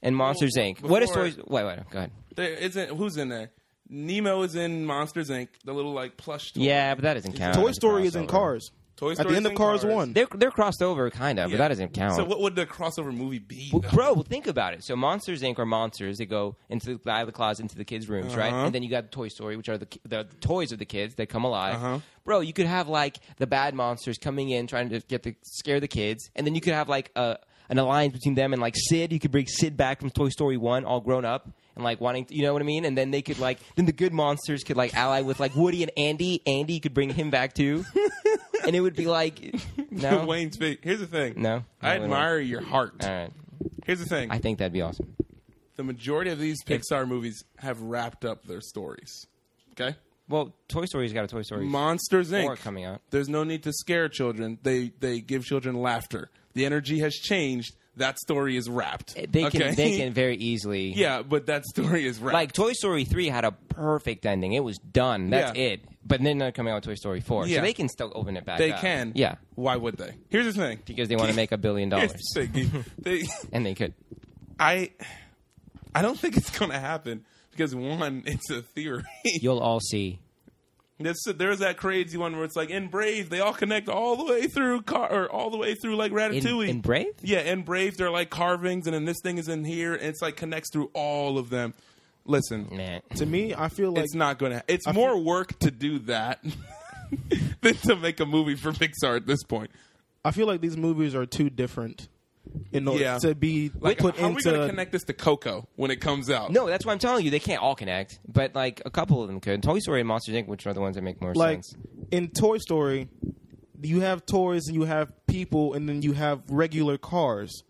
D: and Monsters Inc. what is
A: before-
D: Toy? Wait, wait, go ahead.
A: There isn't. Who's in there? Nemo is in Monsters Inc. The little like plush. Toy.
D: Yeah, but that doesn't count.
C: Toy
D: as
C: Story is in
D: crossover.
C: Cars.
A: Toy
C: At
A: Story
C: the end of Cars, One.
D: They're they're crossed over, kind of,
A: Yeah.
D: but that doesn't count.
A: So what would the crossover movie be?
D: Well,
A: though?
D: bro, well, think about it. So Monsters Inc. are monsters. They go into the out of the closet into the kids' rooms, right?
A: Uh-huh.
D: And then you got Toy Story, which are the ki- the, the toys of the kids that come alive.
A: Uh-huh.
D: Bro, you could have like the bad monsters coming in trying to get the scare the kids, and then you could have like a an alliance between them and like Sid. You could bring Sid back from Toy Story One, all grown up and like wanting, to, you know what I mean. And then they could like then the good monsters could like ally with like Woody and Andy. Andy you could bring him back too, and it would be like no,
A: Wayne's feet. Here's the thing.
D: No.
A: I
D: No,
A: admire your heart.
D: all right.
A: Here's the thing.
D: I think that'd be awesome.
A: the majority of these Pixar movies have wrapped up their stories. Okay?
D: Well, Toy Story's got a Toy Story.
A: Monsters
D: Four
A: Inc.
D: coming out.
A: There's no need to scare children. They they give children laughter. The energy has changed. That story is wrapped.
D: Eh, they can
A: Okay?
D: they can very easily
A: yeah, but that story is wrapped.
D: Like Toy Story three had a perfect ending. It was done. That's
A: Yeah.
D: it. But then they're coming out with Toy Story four,
A: Yeah.
D: so they can still open it back.
A: they
D: up.
A: can.
D: yeah,
A: Why would they? Here's the thing.
D: because they want to make a billion
A: Here's
D: dollars,
A: the thing. They,
D: and they could.
A: I I don't think it's going to happen because one, it's a theory.
D: You'll all see.
A: There's, there's that crazy one where it's like in Brave they all connect all the way through car or all the way through like
D: In,
A: Ratatouille.
D: in Brave,
A: yeah, in Brave they're like carvings, and then this thing is in here, and it's like connects through all of them. Listen,
D: nah.
C: To me, I feel like
A: it's not going to. It's more work to do that than to make a movie for Pixar at this point.
C: I feel like these movies are too different in order
A: Yeah.
C: to be
A: Like,
C: put
A: how are we going to
C: into.
A: connect this to Coco when it comes out?
D: No, that's what I'm telling you. They can't all connect, but like a couple of them could. Toy Story and Monsters Inc., which are the ones that make more
C: like
D: sense.
C: in Toy Story, you have toys and you have people, and then you have regular cars.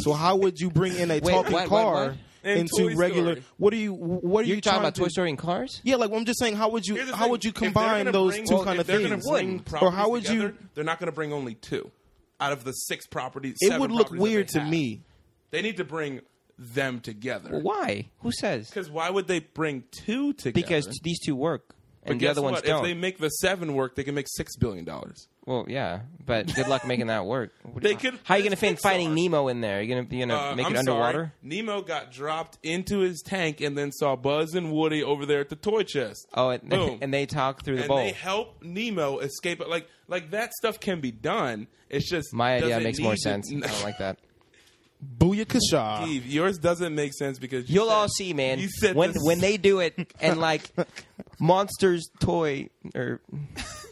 C: so how would you bring in a talking
D: what, what,
C: car
D: what?
A: In Toy
C: into regular?
A: Story.
C: What are you? What are
D: You're
C: you
D: talking
C: trying
D: about
C: to,
D: Toy Story and Cars?
C: Yeah, like well, I'm just saying, how would you?
A: Here's the
C: How
A: thing,
C: would you
A: if they're
C: combine
A: gonna
C: those
A: bring-
C: two
A: well,
C: kind
A: if
C: of
A: they're gonna
C: things?
A: bring
C: or how would
A: properties
C: you?
A: together, They're not going to bring only two out of the six properties.
C: It
A: seven
C: would look
A: properties that
C: weird
A: they
C: to
A: have.
C: me.
A: They need to bring them together.
D: Why? Who says?
A: Because why would they bring two together?
D: Because t- these two work, and the
A: guess
D: other ones
A: what?
D: don't.
A: If they make the seven work, they can make six billion dollars.
D: Well, yeah, but good luck making that work. What do
A: They
D: you-
A: could-
D: How are you going to
A: it's
D: fit
A: Pixar.
D: Finding Nemo in there? You're going to you know
A: Uh,
D: make
A: I'm
D: it underwater?
A: Sorry. Nemo got dropped into his tank and then saw Buzz and Woody over there at the toy chest.
D: Oh, and,
A: Boom.
D: and they talk through the
A: And
D: bowl.
A: they help Nemo escape. it. Like like that stuff can be done. It's just
D: My
A: does
D: idea
A: it
D: makes more
A: need to-
D: sense. I don't like that.
C: Booyakasha.
A: Steve, yours doesn't make sense because you
D: You'll
A: said-
D: all see, man.
A: You said
D: when
A: this-
D: when they do it and like monsters toy or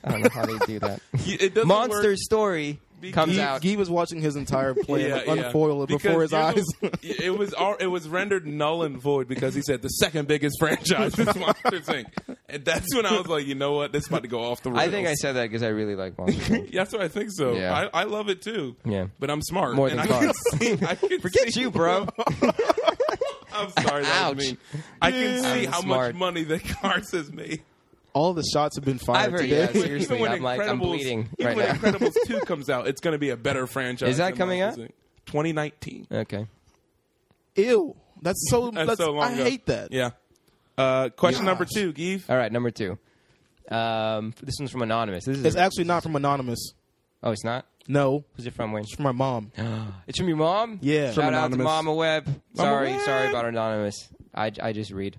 D: I don't know how they do that.
A: you- it doesn't work.
D: Monster story comes
C: He,
D: out.
C: he was watching his entire play
A: Yeah,
C: like,
A: yeah.
C: unfoil it
A: Because
C: before his
A: you're
C: eyes.
A: the- it was all, it was rendered null and void because he said the second biggest franchise is Monster Inc. And that's when I was like, you know what, this is about to go off the rails.
D: I think I said that because I really like monsters.
A: That's what I think so.
D: Yeah.
A: I, I love it too.
D: Yeah.
A: But I'm smart.
D: More than
A: and
D: cars.
A: I can see, I can
D: Forget
A: see-
D: you, bro.
A: I'm sorry. That was
D: Ouch.
A: mean. I can see
D: I'm
A: how
D: smart.
A: much money that cars has made.
C: All the shots have been
D: I've
C: fired
D: heard
C: today.
D: yeah, seriously.
A: even when
D: I'm like I'm
A: Incredibles-
D: bleeding
A: even
D: right
A: when
D: now.
A: Incredibles 2 comes out, it's going to be a better franchise.
D: Is that
A: than
D: coming
A: Monsters,
D: out?
A: Inc. 2019.
D: Okay.
C: Ew. That's so.
A: That's,
C: that's,
A: so long
C: I
A: ago.
C: hate that.
A: Yeah. Uh, question
C: Gosh.
A: number two, Give.
D: All right, number 2. Um, this one's from anonymous. This is
C: It's actually not from anonymous.
D: Oh, it's not.
C: No,
D: Who's it from, Wayne?
C: it's from my mom.
D: It's from your mom?
C: Yeah.
D: Shout
C: From
D: out to
A: Anonymous.
D: Mama Web. Sorry,
A: Web.
D: sorry about Anonymous. I, I just read.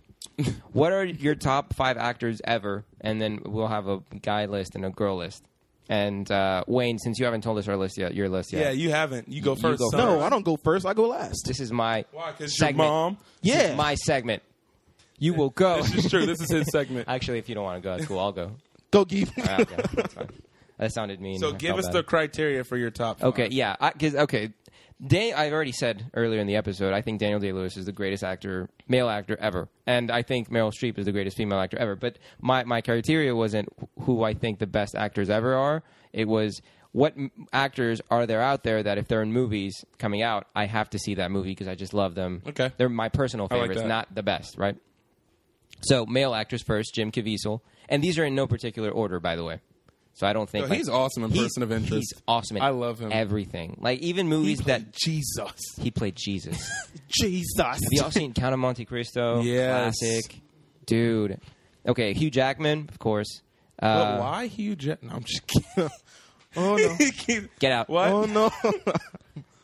D: what are your top five actors ever? And then we'll have a guy list and a girl list. And uh, Wayne, since you haven't told us our list yet, your list yet.
A: Yeah, you haven't. You go first.
D: go
A: son.
C: No, I don't go first. I go last.
D: This is my
A: Why? Because your
D: segment.
A: mom.
D: This is
C: Yeah.
D: my segment. You will go.
A: This is true. This is his segment.
D: Actually, if you don't want to go, that's cool. I'll go.
C: Go give.
D: Ah, okay, that's fine. That sounded mean.
A: So
D: I
A: give
D: felt
A: us
D: bad.
A: the criteria for your top. five.
D: Okay, yeah. I, 'cause- okay, Dan, I've already said earlier in the episode. I think Daniel Day Lewis is the greatest actor, male actor ever, and I think Meryl Streep is the greatest female actor ever. But my my criteria wasn't wh- who I think the best actors ever are. It was what m- actors are there out there that if they're in movies coming out, I have to see that movie because I just love them.
A: Okay.
D: they're my personal
A: like
D: favorites,
A: that.
D: not the best, right? So male actors first, Jim Caviezel, and these are in no particular order, by the way. So I don't think
A: No,
D: like-
A: he's awesome in
D: he's-
A: Person of Interest.
D: He's awesome. In
A: I love him.
D: Everything, like even movies that
A: Jesus.
D: he played Jesus.
C: Jesus.
D: Have you all seen Count of Monte Cristo?
A: Yes.
D: Classic, dude. Okay, Hugh Jackman, of course.
A: But
D: Uh,
A: why Hugh Jackman? No, I'm just kidding.
C: Oh no.
D: Get out.
A: What?
C: Oh no.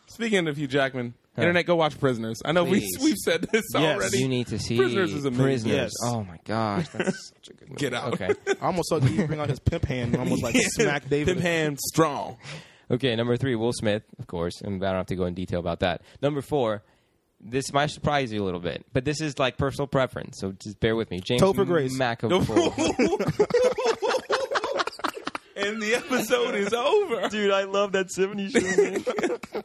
A: Speaking of Hugh Jackman, internet go watch Prisoners. I know we
D: Please.
A: we've said this already.
D: You need to see
A: Prisoners is amazing.
D: Prisoners.
C: Yes.
D: Oh my gosh, that's such a good movie.
A: Get out.
D: Okay.
C: I almost saw Gee bring out his pimp hand and almost like smack David.
A: Pimp hand strong.
D: Okay, number three, Will Smith, of course, and I don't have to go in detail about that. Number four, this might surprise you a little bit, but this is like personal preference, so just bear with me. James
C: Topher Grace.
D: McAvoy.
A: and the episode is over.
D: Dude, I love that 70s show.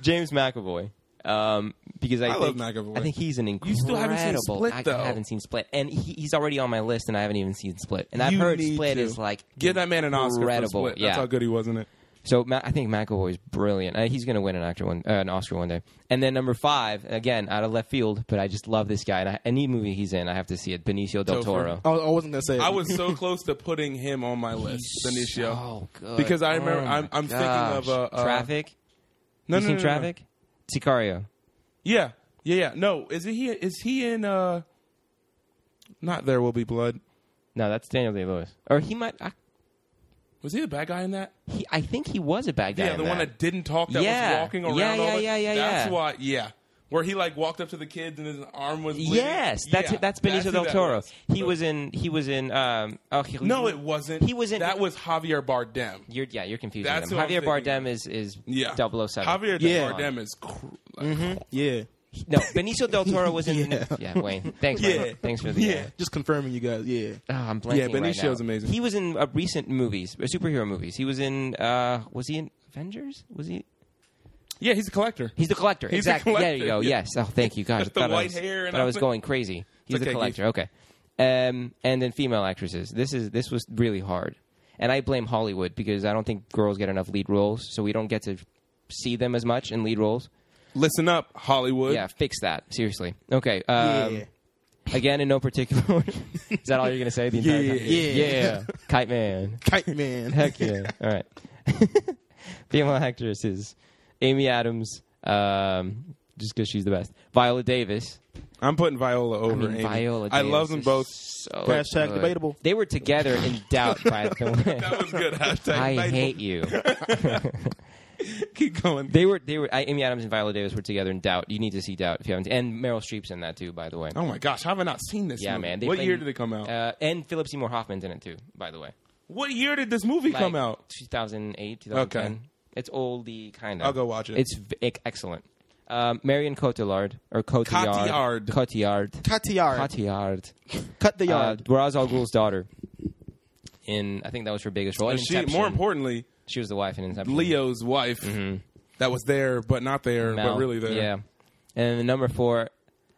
D: James McAvoy. Um, because I,
A: I love
D: think,
A: McAvoy.
D: I think he's an incredible.
A: still haven't seen Split,
D: I,
A: though.
D: I haven't seen Split, and he, he's already on my list, and I haven't even seen Split. And I've
A: You
D: heard
A: need
D: Split
A: to.
D: is like
A: Give that man an Oscar
D: incredible.
A: for Split.
D: Yeah.
A: That's how good he was in it.
D: So Ma- I think McAvoy is brilliant. Uh, he's going to win an actor one, uh, an Oscar one day. And then number five, again out of left field, but I just love this guy. And I, any movie he's in, I have to see it. Benicio del
A: Topher.
D: Toro.
C: I, I wasn't gonna say. it.
A: I was so close to putting him on my list,
D: He's
A: Benicio.
D: so good. Oh
A: Because I remember-
D: my
A: I'm- I'm thinking of,
D: gosh.
A: uh, uh,
D: Traffic.
A: No,
D: you
A: no,
D: seen
A: no, no, no.
D: Traffic? Sicario.
A: Yeah, yeah, yeah. No, is he? Is he in? uh Not there will be blood.
D: No, that's Daniel Day Lewis. Or he might. I,
A: Was he the bad guy in that?
D: he, I think he was a bad guy.
A: Yeah,
D: in
A: the one that didn't talk that was
D: Yeah.
A: walking
D: Yeah,
A: around.
D: yeah,
A: all the-
D: yeah, yeah,
A: That's
D: yeah.
A: why. Yeah, where he like walked up to the kids and his arm was. Bleeding.
D: Yes, that's
A: yeah,
D: that's Benicio
A: who
D: del
A: that
D: Toro.
A: was.
D: He was in. He was in. Um, oh, he-
A: No, it wasn't.
D: He was in-
A: That was Javier Bardem.
D: You're, yeah, you're confusing
A: That's
D: them.
A: who I'm
D: Javier
A: thinking
D: Bardem is is
A: Yeah,
D: 007.
A: Javier
C: Yeah.
A: Bardem is. Cr- like,
C: yeah.
D: No, Benicio del Toro was in. yeah. Wayne. Thanks,
C: Yeah.
D: Wayne. Thanks for the.
C: Yeah, just confirming you guys. Yeah,
D: Oh, I'm blanking.
A: Yeah,
D: right
A: Benicio's
D: now.
A: amazing.
D: He was in uh, recent movies, uh, superhero movies. He was in. Uh, was he in Avengers? Was he?
A: Yeah, he's a collector.
D: He's the collector.
A: He's the
D: exactly. there you
A: collector,
D: go.
A: yeah.
D: Yes. Oh, thank you, guys.
A: With the
D: I
A: white
D: was,
A: hair and
D: thought I was
A: everything.
D: going crazy. He's
A: It's
D: the
A: okay,
D: collector. Okay. Um, and then female actresses. This is this was really hard, and I blame Hollywood because I don't think girls get enough lead roles, so we don't get to see them as much in lead roles.
A: Listen up, Hollywood.
D: Yeah, fix that seriously. Okay. Um,
C: yeah.
D: Again, in no particular order. Is that all you're going to say the entire
C: Yeah.
D: time?
C: Yeah.
D: Kite Man.
C: Kite man.
D: Heck yeah. all right. Female actresses. Amy Adams, um, just because she's the best. Viola Davis.
A: I'm putting Viola over.
D: I mean,
A: Amy.
D: Viola
A: I
D: Davis
A: love them
D: is
A: both.
D: So
C: Hashtag
D: good.
C: debatable.
D: They were together in doubt, by the way.
A: That was good. Hashtag
D: I
A: nice.
D: hate you.
A: Keep going.
D: They were, they were. I, Amy Adams and Viola Davis were together in doubt. You need to see doubt if you haven't. And Meryl Streep's in that too, by the way.
A: Oh my gosh, how have I not seen this?
D: Yeah,
A: movie?
D: man. They
A: what
D: play-
A: year did it come out?
D: Uh, and Philip Seymour Hoffman's in it too, by the way.
A: what year did this movie come
D: Like,
A: out?
D: 2008, 2010.
A: Okay.
D: It's oldie kind of.
A: I'll go watch it.
D: It's v- ec- excellent. Um, Marion Cotillard or Cotillard.
A: Cotillard.
D: Cotillard.
C: Cut the yard.
D: Cotillard.
C: Cut the
D: Uh,
C: yard.
D: Raz Al Ghul's daughter. In I think that was her biggest role. In
A: But she,
D: Inception. Mm-hmm.
A: more importantly,
D: she was the wife in Inception.
A: Leo's wife that was there, but not there,
D: Mal.
A: but really there.
D: Yeah. And the number four,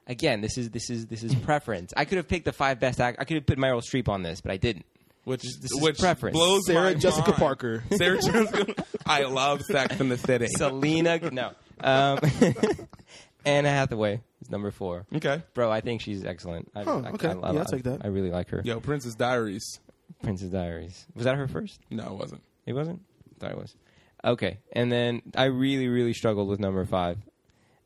D: again, this is this is this is preference. I could have picked the five best act. I could have put Meryl Streep on this, but I didn't.
A: Which
D: This is
A: which
D: preference.
A: blows
C: Sarah
A: my
C: Jessica
A: mind.
C: Parker.
A: Uh, Sarah Jessica. I love Sex and the City.
D: Selena, no. Um, Anna Hathaway is number four.
A: okay.
D: Bro, I think she's excellent. I,
C: Oh,
D: I-
C: Mm. okay.
D: I- I-
C: Yeah, I'll take that.
D: I really like her.
A: Yo, Princess Diaries.
D: Princess Diaries. Was that her first?
A: No, it wasn't.
D: It wasn't? thought it was. Okay. And then I really, really struggled with number five.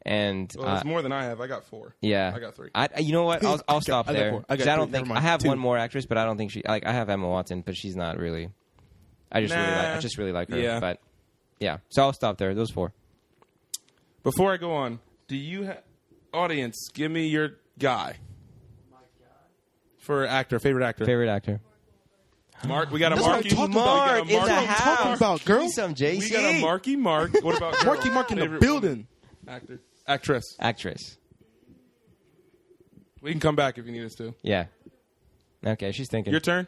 D: And
A: Well,
D: uh,
A: it's more than I have. I got four.
D: yeah.
A: I got three.
D: I, you know what? I'll, I'll stop
C: I got
D: there.
C: four. I got
D: 'cause I don't
C: three.
D: think
C: Never mind.
D: I have
C: Two.
D: one more actress, but I don't think she like I have Emma Watson, but she's not really I just really like
A: Nah.
D: I just really like her.
A: Yeah.
D: But yeah. So I'll stop there. Those four.
A: Before I go on, do you ha- audience give me your guy? For actor, favorite actor,
D: Favorite actor.
A: Mark. We got a
C: That's what I'm
A: Marky.
C: talking about.
A: We got a
C: That's
A: Marky.
C: what I'm talking about, girl.
D: Give me some
A: We
D: JC.
A: got a Marky Mark. What about girl?
C: Marky Mark in the
A: Favorite
C: building.
A: woman actor, actress?
D: Actress.
A: We can come back if you need us to.
D: Yeah. Okay, she's thinking.
A: Your turn,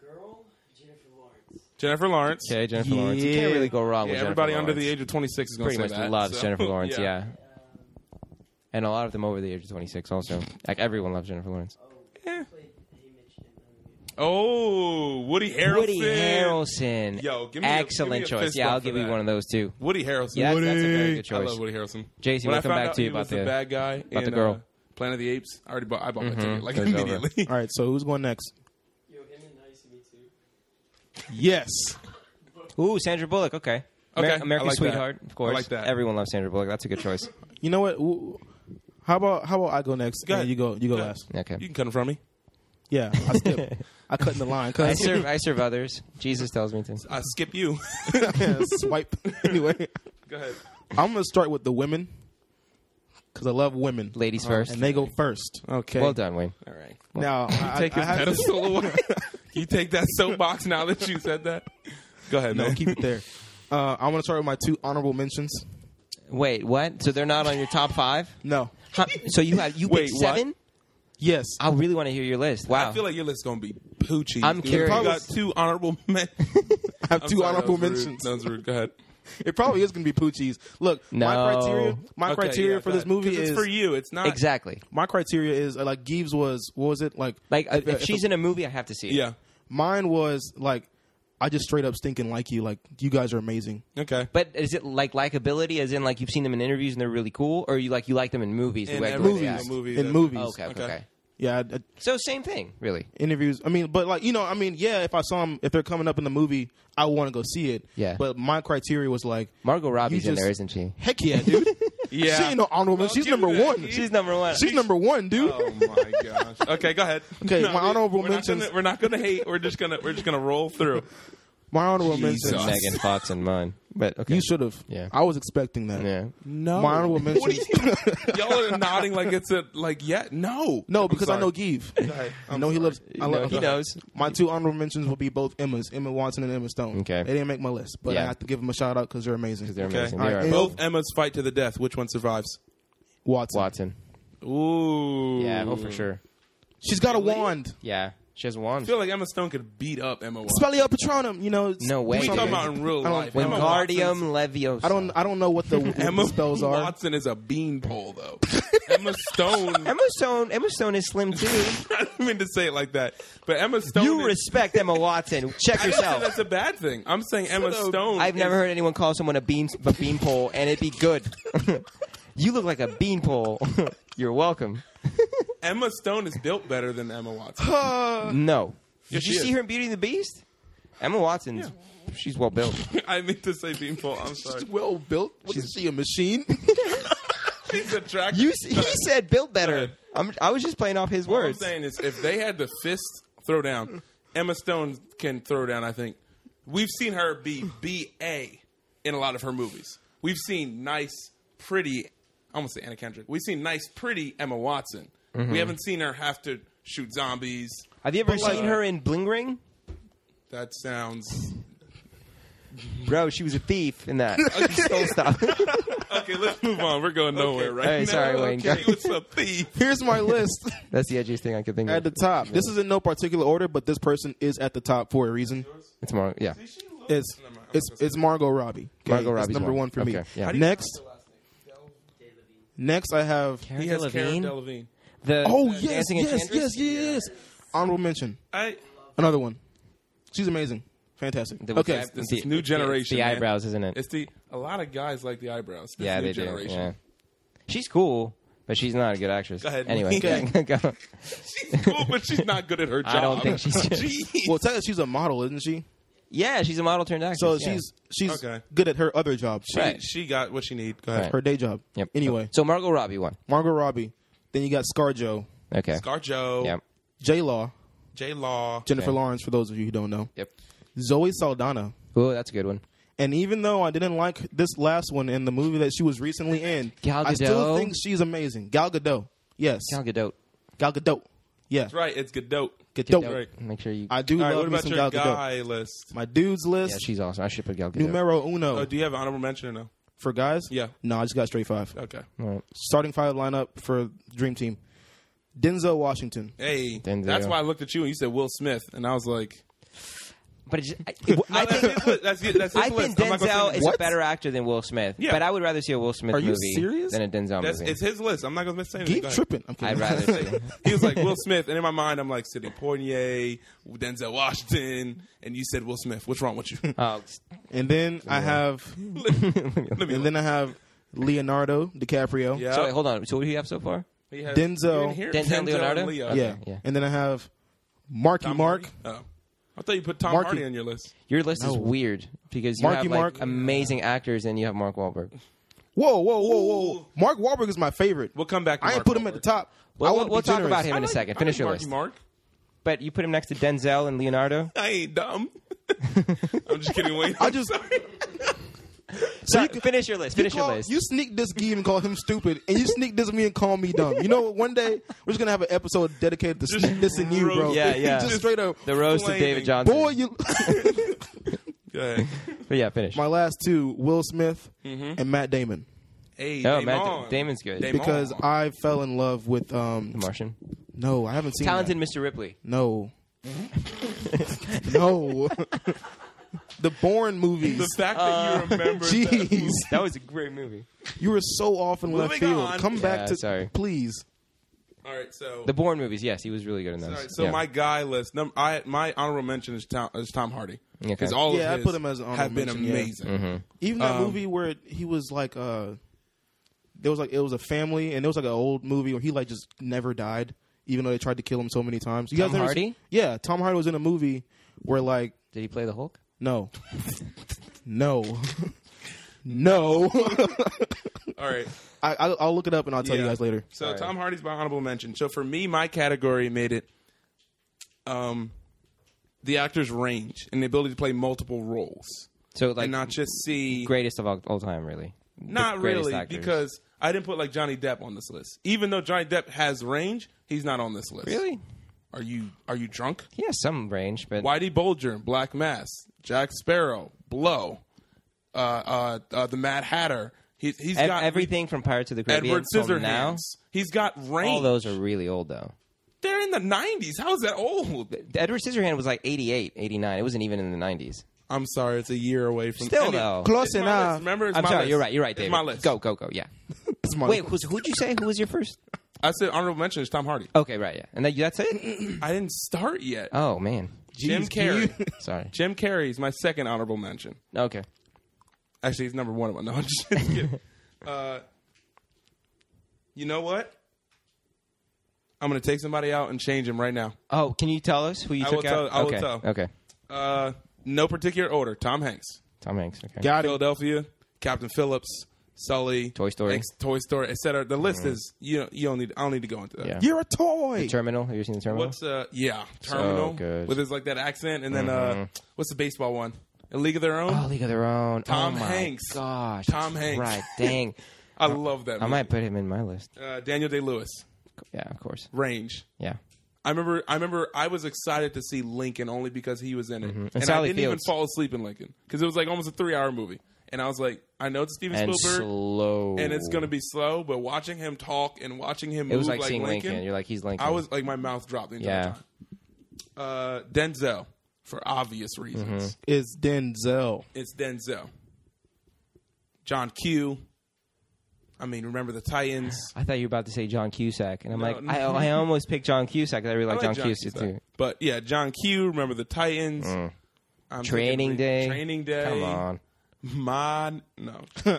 E: Girl, Jennifer Lawrence.
A: Jennifer Lawrence.
D: Okay, Jennifer Lawrence. You can't
C: Yeah.
D: really go wrong
A: Yeah,
D: with
A: everybody
D: Jennifer
A: under the
D: Lawrence.
A: age of 26 is going
D: pretty
A: to say
D: much
A: that.
D: loves
A: so,
D: Jennifer Lawrence. Yeah. and a lot of them over the age of 26 also. Like everyone loves Jennifer Lawrence.
E: Oh,
A: Yeah.
E: played Hay Mitch in that movie.
A: Oh, Woody Harrelson.
D: Woody Harrelson.
A: Yo, give me a-
D: excellent
A: give me a
D: choice.
A: fist
D: Yeah,
A: bump
D: I'll
A: for
D: give you
A: that.
D: one of those too.
A: Woody Harrelson.
D: Yeah, that's, that's a very good
A: I
D: choice.
A: love Woody Harrelson.
D: Jason,
A: when
D: we'll
A: I
D: come
A: found
D: back
A: out
D: to you
A: he was
D: about
A: the,
D: the-
A: bad guy
D: about
A: in
D: the girl. Mm-hmm.
A: uh, Planet of the Apes. I already bought. I bought my ticket like
D: It was over.
A: immediately.
C: All right, so who's going next?
E: Yo, him and Nice Me Too.
C: Yes.
D: Ooh, Sandra Bullock. Okay.
A: Okay,
D: Amer- American
A: I like that.
D: Sweetheart, of course.
A: I like that.
D: Everyone loves Sandra Bullock. That's a good choice.
C: You know what? W- How about how about I go next?
A: Go
C: and
A: ahead.
C: you go. You go
A: Go ahead.
C: last.
D: Okay.
A: You can cut in front of me.
C: Yeah, I skipped. I cut in the line.
D: I
C: Cause
D: serve I serve others. Jesus tells me to.
A: I skip you.
C: swipe. anyway,
A: Go ahead.
C: I'm gonna start with the women because I love women, Uh,
D: Ladies
A: Oh,
D: first.
C: and they go first.
A: Okay.
D: Well done, Wayne.
A: All right.
C: Now, I,
A: Take
C: I, I
A: his
C: have to-
A: pedestal away. Can you take that soapbox now that you said that? Go ahead,
C: no,
A: man.
C: keep it there. Uh, I want to start with my two honorable mentions.
D: Wait, what? So they're not on your top 5?
C: No.
D: Huh? So you have you
A: Wait,
D: picked
A: what?
D: 7?
C: Yes.
D: I really want to hear your list. Wow.
A: I feel like your list's gonna be poochie.
D: I'm
A: You
D: curious.
A: got two honorable men.
C: I have
A: I'm
C: two
A: sorry,
C: honorable
A: that was rude.
C: mentions.
A: That was rude. Go ahead.
C: it probably is going to be Poochie's. Look, my
D: No.
C: criteria, my
A: Okay,
C: criteria
A: yeah,
C: for
A: go
C: this
A: ahead.
C: movie
A: 'Cause
C: is
A: it's for you. It's not
D: exactly.
C: my criteria is uh, like Gibbs was what was it like?
D: Like uh,
C: uh,
D: if she's in a movie, I have to see it.
A: Yeah.
C: mine was like I just straight up stinking like you. Like you guys are amazing.
A: Okay.
D: But is it like likability, as in like you've seen them in interviews and they're really cool, or you like you like them in movies?
A: In
D: the way, the way
A: everything.
D: they
C: Movies,
D: act?
A: movies,
C: in
A: uh,
C: movies.
D: Oh, okay, okay,
A: Okay.
D: okay.
C: Yeah, I- I-
D: So same thing, really.
C: interviews. I mean, but like you know, I mean, yeah. If I saw them, if they're coming up in the movie, I want to go see it.
D: Yeah.
C: But my criteria was like,
D: Margot Robbie's
C: You
D: in
C: just-
D: there, isn't she?
C: heck yeah, dude.
A: Yeah.
C: She ain't no honorable.
A: Well,
C: she's
A: give
C: number
A: me that.
C: one.
A: She's
D: She's number one.
C: She's number one, dude.
A: Oh my gosh. Okay, go ahead.
C: Okay, my
A: we-
C: honorable
A: we're not
C: mentions-
A: gonna- we're not going to hate. We're just going to we're just going to roll through.
C: My honorable mention.
A: Jesus.
D: Megan Fox and mine. But okay.
C: You should have.
D: Yeah.
C: I was expecting that.
D: Yeah.
A: No.
C: My honorable mention.
A: What are you? Y'all are nodding like it's a like yeah. No.
C: No,
A: I'm
C: because I
A: sorry.
C: know Give. I know he loves. I
D: No,
C: love,
D: he knows.
C: My two honorable mentions will be both Emma's, Emma Watson and Emma Stone.
D: Okay.
C: They didn't make my list, but I
D: Yeah.
C: have to give them a shout out because they're amazing.
D: They're
A: Okay.
D: amazing.
A: All
D: They
C: right.
D: are.
C: Bill-
A: Both Emma's fight to the death. Which one survives?
C: Watson.
D: Watson.
A: Ooh.
D: Yeah, oh for sure.
C: She's got a wand.
D: Yeah, she has a
A: I
D: wand.
A: feel like Emma Stone could beat up Emma Watson.
C: Spellio Patronum. You know.
D: No
C: do
D: way,
A: we
D: dude.
A: talking
C: something.
A: about in real
C: I don't-
A: life. Emma
D: Wingardium
A: Watson's-
D: Leviosa.
C: I don't. I don't know what the, what the
A: Emma
C: spells are.
A: Watson is a beanpole though. Emma Stone.
D: Emma Stone. Emma Stone is slim too.
A: I didn't mean to say it like that, but Emma Stone.
D: you
A: is,
D: respect Emma Watson. Check
A: I don't say
D: yourself.
A: that's a bad thing. I'm saying Emma Stone.
D: I've never heard anyone call someone a bean a beanpole, and it'd be good. you look like a beanpole. You're welcome.
A: Emma Stone is built better than Emma Watson.
D: No.
A: Yes,
D: Did you
A: she
D: see
A: is.
D: her in Beauty and the Beast? Emma Watson's. She's well built.
A: I meant to say beanpole. I'm sorry.
C: She's well built. What is she? A machine?
A: She's attractive.
D: You, s- he said built better.
A: ahead.
D: I'm, I was just playing off his
A: What I'm
D: words.
A: saying is, if they had the fist throw down, Emma Stone can throw down. I think we've seen her be B A in a lot of her movies. We've seen nice, pretty. I almost say Anna Kendrick. We've seen nice, pretty Emma Watson. We haven't seen her have to shoot zombies.
D: Have you ever
A: But, like-
D: seen her in Bling Ring?
A: That sounds
D: Bro, she was a thief in that. She stole stuff.
A: okay. Let's move on. We're going nowhere right
D: Hey,
A: now.
D: sorry, Wayne.
A: Okay, it's a thief.
C: Here's my list
D: That's the edgiest thing I could think
C: at
D: of.
C: the top. This is in no particular order, but this person is at the top for a reason.
D: It's more, yeah.
C: It's it's it's Margot Robbie. Okay,
D: Margot
C: it's
D: Robbie's
C: number
D: one.
C: one, for me.
D: Okay, yeah. How do
C: Next,
E: Last name. Del DeLevine.
C: next I have.
A: He has Cara Delevingne.
D: The,
C: Oh
D: the
C: yes,
D: Dancing
C: yes,
D: Enchantress?
C: yes, yes. Honorable mention.
A: I
C: Another one. She's amazing. Fantastic.
D: The-
C: Okay.
D: the-
A: this is new
D: it's
A: generation,
D: The
A: man.
D: eyebrows, isn't it?
A: it's the a lot of guys like the eyebrows. This
D: yeah,
A: new
D: they
A: generation.
D: do. Yeah. She's cool, but she's not a good actress.
A: Go ahead.
D: Anyway,
A: Okay.
D: Go.
A: She's cool, but she's not good at her job.
D: I don't think she's-
A: Jeez.
C: Well, technically she's a model, isn't she?
D: yeah, she's a model turned actress.
C: So
D: yeah.
C: she's she's
A: Okay.
C: good at her other job,
A: She,
D: Right.
A: she got what she need. Go ahead.
D: Right.
C: her day job.
D: Yep.
C: Anyway,
D: So Margot Robbie won.
C: Margot Robbie. Then you got ScarJo,
D: Okay.
A: Scarjo,
D: Yep.
C: J Law,
A: J Law.
C: Jennifer
D: Okay.
C: Lawrence. For those of you who don't know,
D: Yep.
C: Zoe Saldana.
D: Oh, that's a good one.
C: And even though I didn't like this last one in the movie that she was recently in,
D: Gal
C: I still
D: Gadot?
C: think she's amazing. Gal Gadot. Yes.
D: Gal Gadot.
C: Gal Gadot. Yeah.
A: That's right. It's Godot.
C: Gadot.
A: Gadot. Right.
D: Make sure you.
C: I do
A: All right,
C: love
A: what
C: me
A: about
C: some
A: your
C: Gal Gadot.
A: guy list?
C: My dudes list.
D: yeah, she's awesome. I should put Gal Gadot.
C: numero uno
A: Oh, do you have an honorable mention or no?
C: for guys.
A: Yeah.
C: No, I just got straight five.
A: Okay.
D: All right.
C: Starting five lineup for Dream Team. Denzel Washington.
A: Hey,
D: Denzel.
A: that's why I looked at you and you said Will Smith, and I was like,
D: But it's, I, it-
A: no,
D: I
A: that's
D: think.
A: his list. that's, his- that's his
D: I think
A: list. I'm not gonna
D: Denzel
A: say
D: is
A: anything.
D: a better actor than Will Smith,
A: Yeah.
D: but I would rather see a Will Smith
C: Are you
D: movie
C: serious?
D: than a Denzel
A: That's,
D: movie.
A: it's his list. I'm not gonna say anything.
C: Keep
A: Go ahead.
C: tripping. I'm kidding.
D: I'd rather see.
A: he was like Will Smith, and in my mind, I'm like Sidney Poitier, Denzel Washington, and you said Will Smith. What's wrong with you?
D: Oh, s-
C: and then I have,
A: Let me
C: and then I have Leonardo DiCaprio.
A: yeah.
D: so wait, hold on. So what do you have so far?
A: He has-
C: Denzel.
A: you didn't hear it.
D: Denzel
A: and
D: Leonardo?
A: Leo.
C: Yeah.
D: Okay, yeah.
C: And then I have Marky
A: Tom
C: Mark.
A: Hardy? Oh. I thought you put Tom
C: Marky.
A: Hardy on your list.
D: Your list is weird because you
C: Marky
D: have like
C: Mark.
D: amazing actors and you have Mark Wahlberg.
C: Whoa, whoa, whoa, whoa! Mark Wahlberg is my favorite.
A: We'll come back. To
C: I ain't
A: Mark
C: put him at the
A: Wahlberg.
C: top.
D: Well,
C: I
D: we'll-
C: wanna be
D: we'll talk
C: generous.
D: about him.
A: I
D: in a
A: like-
D: second.
A: I
D: Finish
A: like
D: your
A: Marky
D: list.
A: Mark.
D: But you put him next to Denzel and Leonardo.
A: I ain't dumb. I'm just kidding. Wayne.
C: I just
D: So finish your list. Finish
C: you, call-
D: your list.
C: you sneak this Gee and call him stupid, and you sneak this me and call me dumb. You know what? One day we're just gonna have an episode dedicated to
A: Just
C: sneak this and you, bro.
A: roast-
D: Yeah, yeah.
C: just straight up,
D: the roast of
A: flaming.
D: David Johnson.
C: boy. You.
A: Go ahead.
D: But yeah, finish.
C: my last two: Will Smith
A: Mm-hmm.
C: and Matt Damon,
A: Hey,
D: No,
A: Damon.
D: Matt Da- Oh, Damon's good.
A: Damon.
C: because I fell in love with.
D: The
C: um
D: Martian.
C: No, I haven't seen. that.
D: Talented Mr. Ripley.
C: No. no. the Bourne movies.
A: The fact that
D: Uh,
A: you remember that
C: Jeez,
D: That was a great movie.
C: you were so off in left
A: Moving
C: field.
A: on.
C: Come back
D: Yeah,
C: to
D: sorry.
C: please.
A: All right, so
D: The Bourne movies, yes, he was really good in those.
A: all right, so
D: Yeah.
A: my guy list. Num- I my honorable mention is Tom, is Tom Hardy.
D: Okay. Mm-hmm.
A: Because all
C: Yeah, I
A: of his
C: put him as an honorable
A: have been
C: mention, yeah.
A: amazing.
C: Even that
A: Um,
C: movie where he was like, uh, there was like it was a family, and it was like an old movie where he like just never died, even though they tried to kill him so many times. You
D: Tom
C: guys ever
D: Hardy?
C: see- yeah, Tom Hardy was in a movie where like
D: Did he play the Hulk?
C: no, no, no.
A: All right,
C: I, I'll, I'll look it up and I'll tell you
A: Yeah.
C: guys later.
A: So
D: All right.
A: Tom Hardy's my honorable mention. So for me, my category made it um the actor's range and the ability to play multiple roles
D: So like
A: and not just see
D: greatest of all, all time, really. The
A: not
D: greatest
A: really
D: actors.
A: because I didn't put like Johnny Depp on this list. Even though Johnny Depp has range, he's not on this list.
D: really
A: Are you are you drunk?
D: he has some range, but
A: Whitey Bulger, Black Mass, Jack Sparrow, Blow, uh, uh, uh, the Mad Hatter. He, he's
D: ev-
A: got
D: everything from Pirates of the
A: Edward
D: Caribbean till now,
A: Scissorhands. He's got range.
D: all those are really old though.
A: They're in the '90s. How is that old?
D: Edward Scissorhand was like 88, 89. It wasn't even in the 90s.
A: I'm sorry, it's a year away from.
D: Still,
A: and it-
D: though.
C: Close
A: it's my
C: enough.
A: list. Remember, it's
D: I'm
A: my
D: sorry,
A: list.
D: you're right. You're right,
A: It's
D: David.
A: my list.
D: Go, go, go. Yeah.
C: It's my-
D: Wait, who's, who'd you say? Who was your first?
A: I said honorable mention is Tom Hardy.
D: Okay, right. Yeah, and that, that's it.
A: I didn't start yet.
D: Oh man,
A: Jim
C: Jeez,
A: Carrey.
D: sorry.
A: Jim Carrey is my second honorable mention.
D: Okay.
A: Actually, he's number one. of my- No, I'm just kidding. Uh, you know what? I'm gonna take somebody out and change him right now.
D: Oh, can you tell us who you
A: I
D: took
A: will
D: out?
A: tell- I will
D: okay.
A: tell.
D: Okay.
A: Uh, no particular order. Tom Hanks,
D: Tom Hanks. Okay.
C: Got it.
A: Philadelphia, Captain Phillips, Sully,
D: Toy Story. Mm-hmm.
A: Ex- Toy Story, etc. The list is you. Know, you don't need. I don't need to go into that.
D: Yeah.
C: You're a toy.
D: Terminal. Have you seen the Terminal?
A: What's uh yeah terminal
D: good. Mm-hmm.
A: with his like that accent and then uh what's the baseball one? A League of Their Own.
D: Oh, League of Their Own.
A: Tom
D: oh my
A: Hanks.
D: Gosh.
A: Tom
D: that's
A: Hanks.
D: Right. Dang.
A: I love that.
D: I
A: Movie.
D: might put him in my list.
A: Uh, Daniel Day Lewis.
D: Yeah, of course.
A: Range.
D: Yeah.
A: I remember. I remember. I was excited to see Lincoln only because he was in it, and, I
D: Mm-hmm. Sally
A: didn't even
D: Fields.
A: fall asleep in Lincoln because it was like almost a three-hour movie, and I was like, I know it's Steven
D: And
A: Spielberg,
D: slow.
A: and it's going to be slow, but watching him talk and watching him
D: It
A: move
D: was like,
A: like
D: seeing Lincoln.
A: Lincoln,
D: You're like, he's Lincoln.
A: I was like, my mouth dropped the entire
D: Yeah.
A: time. Uh, Denzel, for obvious reasons.
D: Mm-hmm.
C: Is Denzel?
A: it's Denzel. John Q. I mean, remember the Titans.
D: I thought you were about to say John Cusack, and I'm like,
A: no.
D: I, I almost picked John Cusack. 'cause I really like, John, Cusack, too. Mm.
A: But yeah, John Q. Remember the Titans. I'm
D: Training
A: thinking-
D: Day.
A: Training Day.
D: Come on, of
A: Mon. No.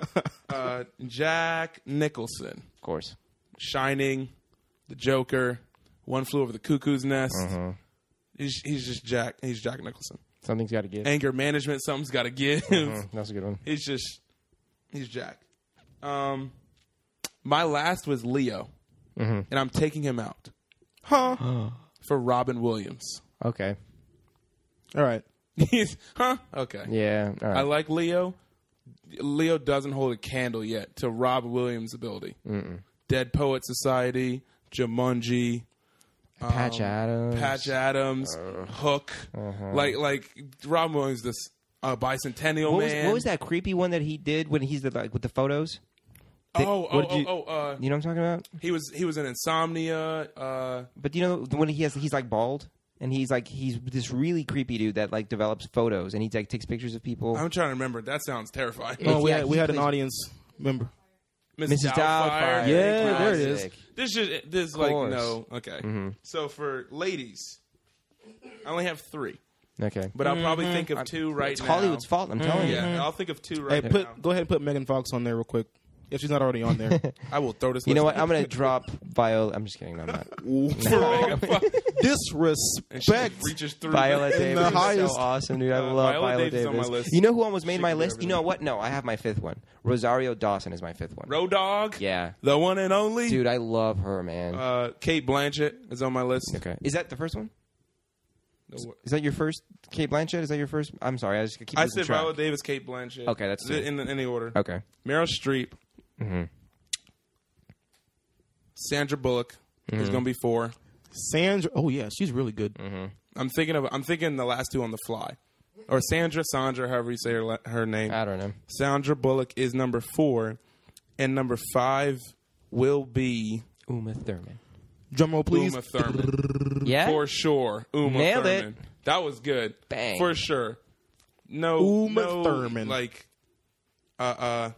A: uh, Jack Nicholson.
D: course.
A: Shining. The Joker. One flew over the cuckoo's nest.
D: Mm-hmm.
A: He's, he's just Jack. He's Jack Nicholson.
D: Something's got to give.
A: Anger management. Something's got to give.
D: Mm, That's a good one.
A: He's just he's Jack. Um, my last was Leo,
D: Mm-hmm.
A: and I'm taking him out, huh? For Robin Williams.
D: Okay.
C: All right.
A: He's huh? Okay.
D: Yeah. All right.
A: I like Leo. Leo doesn't hold a candle yet to Rob Williams' ability. Dead Poet Society, Jumanji,
D: Patch Adams.
A: um, Patch Adams,
D: Uh,
A: Hook,
D: uh-huh.
A: like like Rob Williams, this uh, Bicentennial
D: What was,
A: Man.
D: what was that creepy one that he did when he's the, like with the photos?
A: Oh, oh,
D: What
A: oh,
D: did you-
A: oh, uh,
D: You know what I'm talking about?
A: he was he was in Insomnia. Uh,
D: But you know the- when he has he's like bald and he's like he's this really creepy dude that like develops photos and he like takes pictures of people.
A: I'm trying to remember. That sounds terrifying.
C: No,
D: It's-
C: Oh, we
D: yeah,
C: had,
D: he
C: we had an
D: plays-
C: audience member.
D: Mrs. Doubtfire.
C: Yeah, there it is.
D: Classic.
A: This is this is like
D: course. Mm-hmm.
A: no. Okay. So for ladies, I only have three,
D: Okay.
A: but I'll probably think of two right
D: Mm-hmm. It's
A: now. Oh, Mm-hmm.
D: Hollywood's Mm-hmm. fault, I'm telling you.
A: Yeah, I'll think of two
C: Hey,
A: right now.
C: put go ahead and put Megan Fox on there real quick if she's not already on there.
A: I will throw this.
D: You know
A: list
D: what?
A: out.
D: I'm going to drop Viola. I'm just kidding. No, I'm not.
A: And she
C: Disrespect.
A: reaches through
D: Viola
A: the-
D: Davis is
C: highest-
D: so awesome, dude. I
A: Uh,
D: love
A: Viola
D: Viola
A: Davis
D: Davis.
A: is on my list.
D: You know who almost made
A: She
D: my
A: can do
D: list? You know what? No, I have my fifth one. Rosario Dawson is my fifth one.
A: Road Dog.
D: yeah,
A: the one and only.
D: dude, I love her, man.
A: Uh, Kate Blanchett is on my list.
D: okay, is that the first one?
A: No wor-
D: Is that your first? Kate Blanchett? Is that your first? I'm sorry, I just keep.
A: I
D: losing
A: said
D: track.
A: Viola Davis, Kate Blanchett.
D: Okay, that's
A: Is it
D: two.
A: in any order.
D: Okay,
A: Meryl Streep,
D: Mm-hmm.
A: Sandra Bullock
D: Mm-hmm.
A: is going to be four.
C: Sandra. Oh yeah, she's really good.
A: I'm thinking of I'm thinking the last two on the fly, or Sandra Sandra, however you say her, la- her name.
D: I don't know.
A: Sandra Bullock is number four, and number five will be
D: Uma Thurman.
C: Drum roll, please.
A: Uma Thurman
D: Yeah,
A: for sure. Uma
D: Eh? Nailed it.
A: Thurman. That was good.
D: Bang.
A: for sure. no,
C: Uma
A: no,
C: Thurman.
A: like, uh, uh,